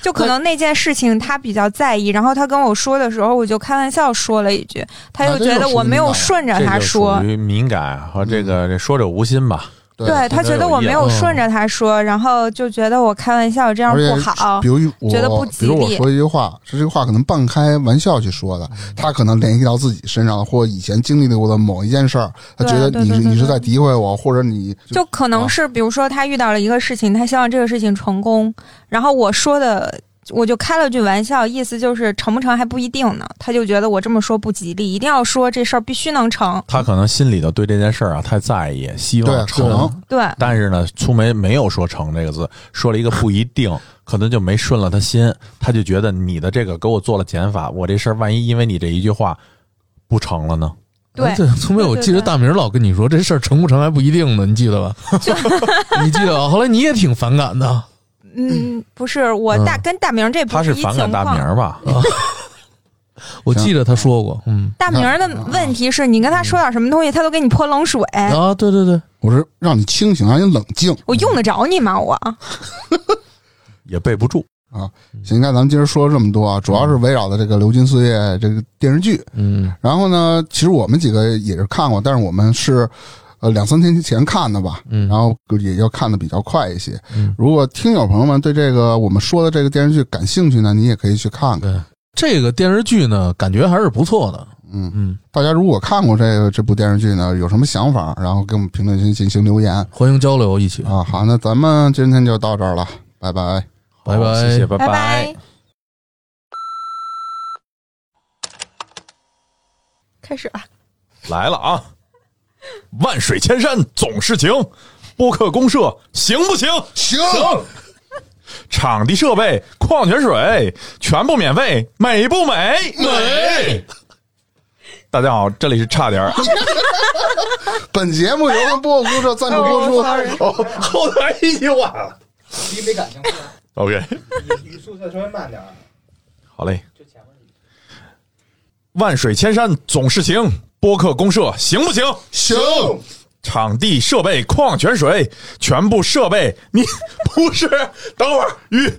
就可能那件事情他比较在意，然后他跟我说的时候，我就开玩笑说了一句，他又
啊这
觉
就
得
是
我没有
领导
顺着
这
他
就
说，嗯
属于敏感和这个这说者无心吧。
对他觉得我没有顺着他说，然后就觉得我开玩笑这样
而且
不好
比。如我
觉得不吉
比
利
如我说一句话，这句话可能半开玩笑去说的，
嗯
他可能联系到自己身上，或以前经历过的某一件事儿，他觉得
对
你
对
是
对
你是
对
在诋毁我，或者你
就可能是，比如说他遇到了一个事情，他希望这个事情成功，然后我说的，我就开了句玩笑，意思就是成不成还不一定呢。他就觉得我这么说不吉利，一定要说这事儿必须能成。
他可能心里头对这件事儿啊太在意，希
对
望
可能
成，
对，
但是呢，粗梅没有说“成”这个字，说了一个不一定，可能就没顺了他心，他就觉得你的这个给我做了减法，我这事儿万一因为你这一句话不成了呢？
对
哎对，聪明，我记得大明老跟你说这事儿成不成还不一定呢，你记得 [laughs] 吧？你记得吧？后来你也挺反感的，
嗯，不是我大跟大明这
他
不
是
一
反感
情
大
况。
名儿吧？
我记得他说过，嗯
大明儿的问题是你跟他说点什么东西，他都给你泼冷水，
啊，对对对，
我是让你清醒，让你冷静。
我用得着你吗？我
也背不住。
行，那咱们今儿说了这么多啊，主要是围绕的这个《流金岁月》这个电视剧。
嗯
然后呢，其实我们几个也是看过，但是我们是呃两三天前看的吧，
嗯
然后也就看的比较快一些。
嗯
如果听友朋友们对这个我们说的这个电视剧感兴趣呢，你也可以去看看。
对，这个电视剧呢，感觉还是不错的，
嗯
嗯，
大家如果看过这个这部电视剧呢，有什么想法，然后给我们评论区进行留言
欢迎交流，一起，
啊。好，那咱们今天就到这儿了，拜拜。
拜拜
好谢谢，
拜
拜。
开始啊！
来了啊！万水千山总是情，播客公社行不行？行。场地设备、矿泉水全部免费，美不美？美。大家好，这里是差点儿
本节目由咱播客公社赞助播出。
后台一句话了。
你没感情，
OK，
你速度稍微慢点儿。
好嘞。万水千山总是情，播客公社行不行？
行，
场地设备、矿泉水，全部设备，你不是？等会儿，鱼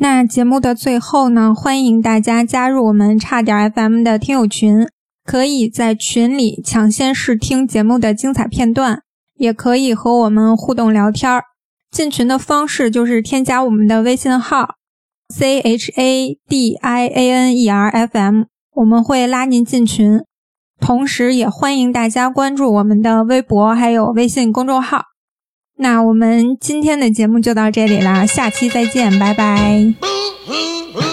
那节目的最后呢，欢迎大家加入我们差点 FM 的听友群，可以在群里抢先试听节目的精彩片段，也可以和我们互动聊天儿。
进群的方式就是添加我们的微信号 c h a d i a n e r f m，我们会拉您进群。同时，也欢迎大家关注我们的微博还有微信公众号。那我们今天的节目就到这里啦，下期再见，拜拜。
Boo hoo hoo.